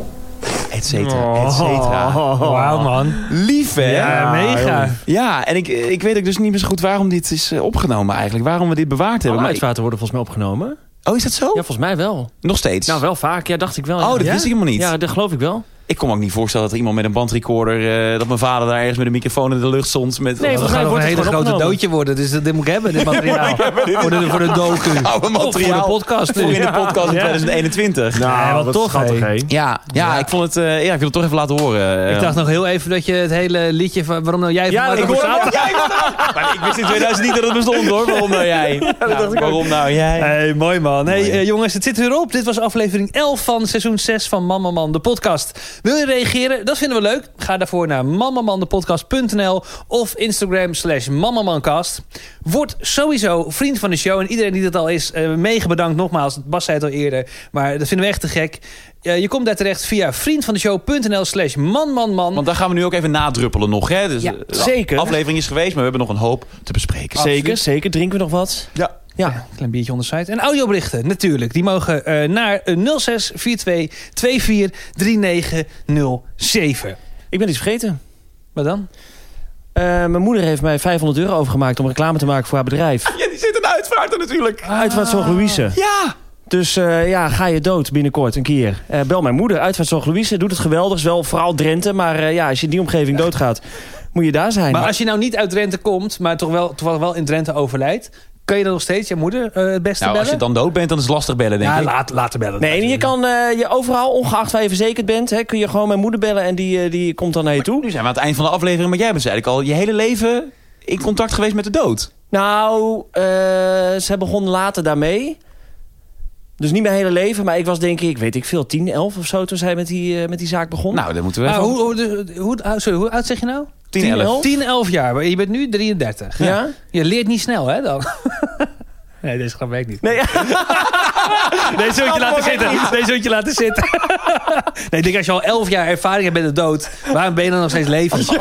S2: Et cetera, et cetera.
S1: Wauw, man.
S2: Lief hè?
S1: Ja, mega.
S2: Ja, en ik, ik weet ook dus niet meer zo goed waarom dit is eh, opgenomen eigenlijk. Waarom we dit bewaard hebben.
S3: Alle
S2: Maar ik-
S3: uitvaarten worden volgens mij opgenomen.
S2: Oh, is dat zo?
S6: Ja, volgens mij wel.
S2: Nog steeds?
S6: Nou, wel vaak. Ja, dacht ik wel.
S2: Oh, dat
S6: ja.
S2: wist ik helemaal niet.
S6: Ja, dat geloof ik wel.
S2: Ik kon me ook niet voorstellen dat iemand met een bandrecorder... eh, dat mijn vader daar ergens met een microfoon in de lucht stond... Met,
S6: Nee,
S1: We
S6: volgens mij
S1: gaan nog een
S6: wordt het
S1: hele
S6: gewoon
S1: grote
S6: opgenomen.
S1: doodje worden. Dus dit moet ik hebben, dit materiaal. voor, de, voor de docu.
S2: oude
S1: Of voor de
S2: materiaal.
S1: podcast.
S2: Voor in
S1: nu.
S2: de podcast in 2021.
S1: Ja, wat toch, hè?
S3: hè?
S2: Ja, ja, Ik vond het, eh, ja, ik wil het toch even laten horen.
S1: Ik dacht nog heel even dat je het hele liedje van waarom nou jij
S2: Ja,
S1: van
S2: ik
S1: Marco
S2: hoor
S1: Borsato-
S2: het. Ja, ik hoor het. Maar ik wist in 2000 niet dat het bestond hoor. Waarom nou jij? Ja, waarom nou jij?
S1: Hey, mooi man. Hey,
S2: Mooi.
S1: eh, jongens, het zit er weer op. Dit was aflevering 11 van seizoen 6 van Mama Man, de podcast. Wil je reageren? Dat vinden we leuk. Ga daarvoor naar mamamandepodcast.nl of Instagram slash mamamancast. Word sowieso vriend van de show. En iedereen die dat al is, eh, mega bedankt nogmaals. Bas zei het al eerder, maar dat vinden we echt te gek. Eh, je komt daar terecht via vriendvandeshow.nl slash manmanman.
S2: Want daar gaan we nu ook even nadruppelen nog. Hè? Dus,
S1: Ja,
S2: eh, de
S3: zeker.
S2: aflevering is geweest, maar we hebben nog een hoop te bespreken.
S3: Zeker, zeker. Drinken we nog wat?
S2: Ja.
S3: Ja.
S1: Klein biertje onder site. En audioberichten, natuurlijk. Die mogen eh, naar 06 42 24 3907.
S3: Ik ben iets vergeten.
S1: Maar dan?
S3: Eh, mijn moeder heeft mij 500 euro overgemaakt om reclame te maken voor haar bedrijf.
S2: Ja, die zit een uitvaart er natuurlijk. Ah.
S3: Uitvaartzorg Louise.
S2: Ja.
S3: Dus eh, ja, ga je dood binnenkort een keer. Eh, bel mijn moeder. Uitvaartzorg Louise doet het geweldig. Is wel vooral Drenthe. Maar eh, ja, als je in die omgeving doodgaat, moet je daar zijn.
S1: Maar als je nou niet uit Drenthe komt, maar toch wel, toch wel in Drenthe overlijdt... kan je dan nog steeds je moeder eh, het beste
S2: Nou, als
S1: bellen?
S2: je dan dood bent, dan is het lastig bellen denk
S1: ja,
S2: ik.
S1: laat, laten bellen.
S3: Nee, en je
S1: natuurlijk.
S3: kan eh, je overal, ongeacht waar je verzekerd bent, hè, kun je gewoon mijn moeder bellen en die, eh, die komt dan naar je toe.
S2: Nu zijn we aan het eind van de aflevering, maar jij bent dus eigenlijk al je hele leven in contact geweest met de dood.
S3: Nou, eh, ze begon later daarmee. Dus niet mijn hele leven, maar ik was denk ik, weet ik veel, 10, 11 of zo toen zij met die, eh, met die zaak begon.
S2: Nou, dan moeten we
S1: Maar
S2: even...
S1: hoe, hoe, de- hoe, ah, sorry, hoe oud zeg je nou?
S2: 10, 11.
S1: 10, 11 jaar. Maar je bent nu 33.
S3: ja?
S1: Je leert niet snel, hè, dan? nee, deze grap werkt niet.
S3: Nee,
S1: Nee, zult je laten zitten. Nee, zult je laten zitten. Nee, ik denk als je al elf jaar ervaring hebt met de dood, waarom ben je dan nog steeds levend?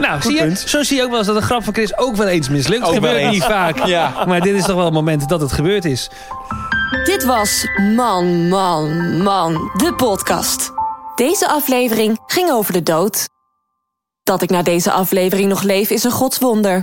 S1: Nou, zie je, zo zie je ook wel eens dat een grap van Chris ook wel eens mislukt. Dat
S2: Ook wel
S1: gebeurt
S2: eens.
S1: niet vaak.
S2: Ja.
S1: Maar dit is toch wel het moment dat het gebeurd is.
S4: Dit was Man, Man, Man, de podcast. Deze aflevering ging over de dood. Dat ik na deze aflevering nog leef is een godswonder.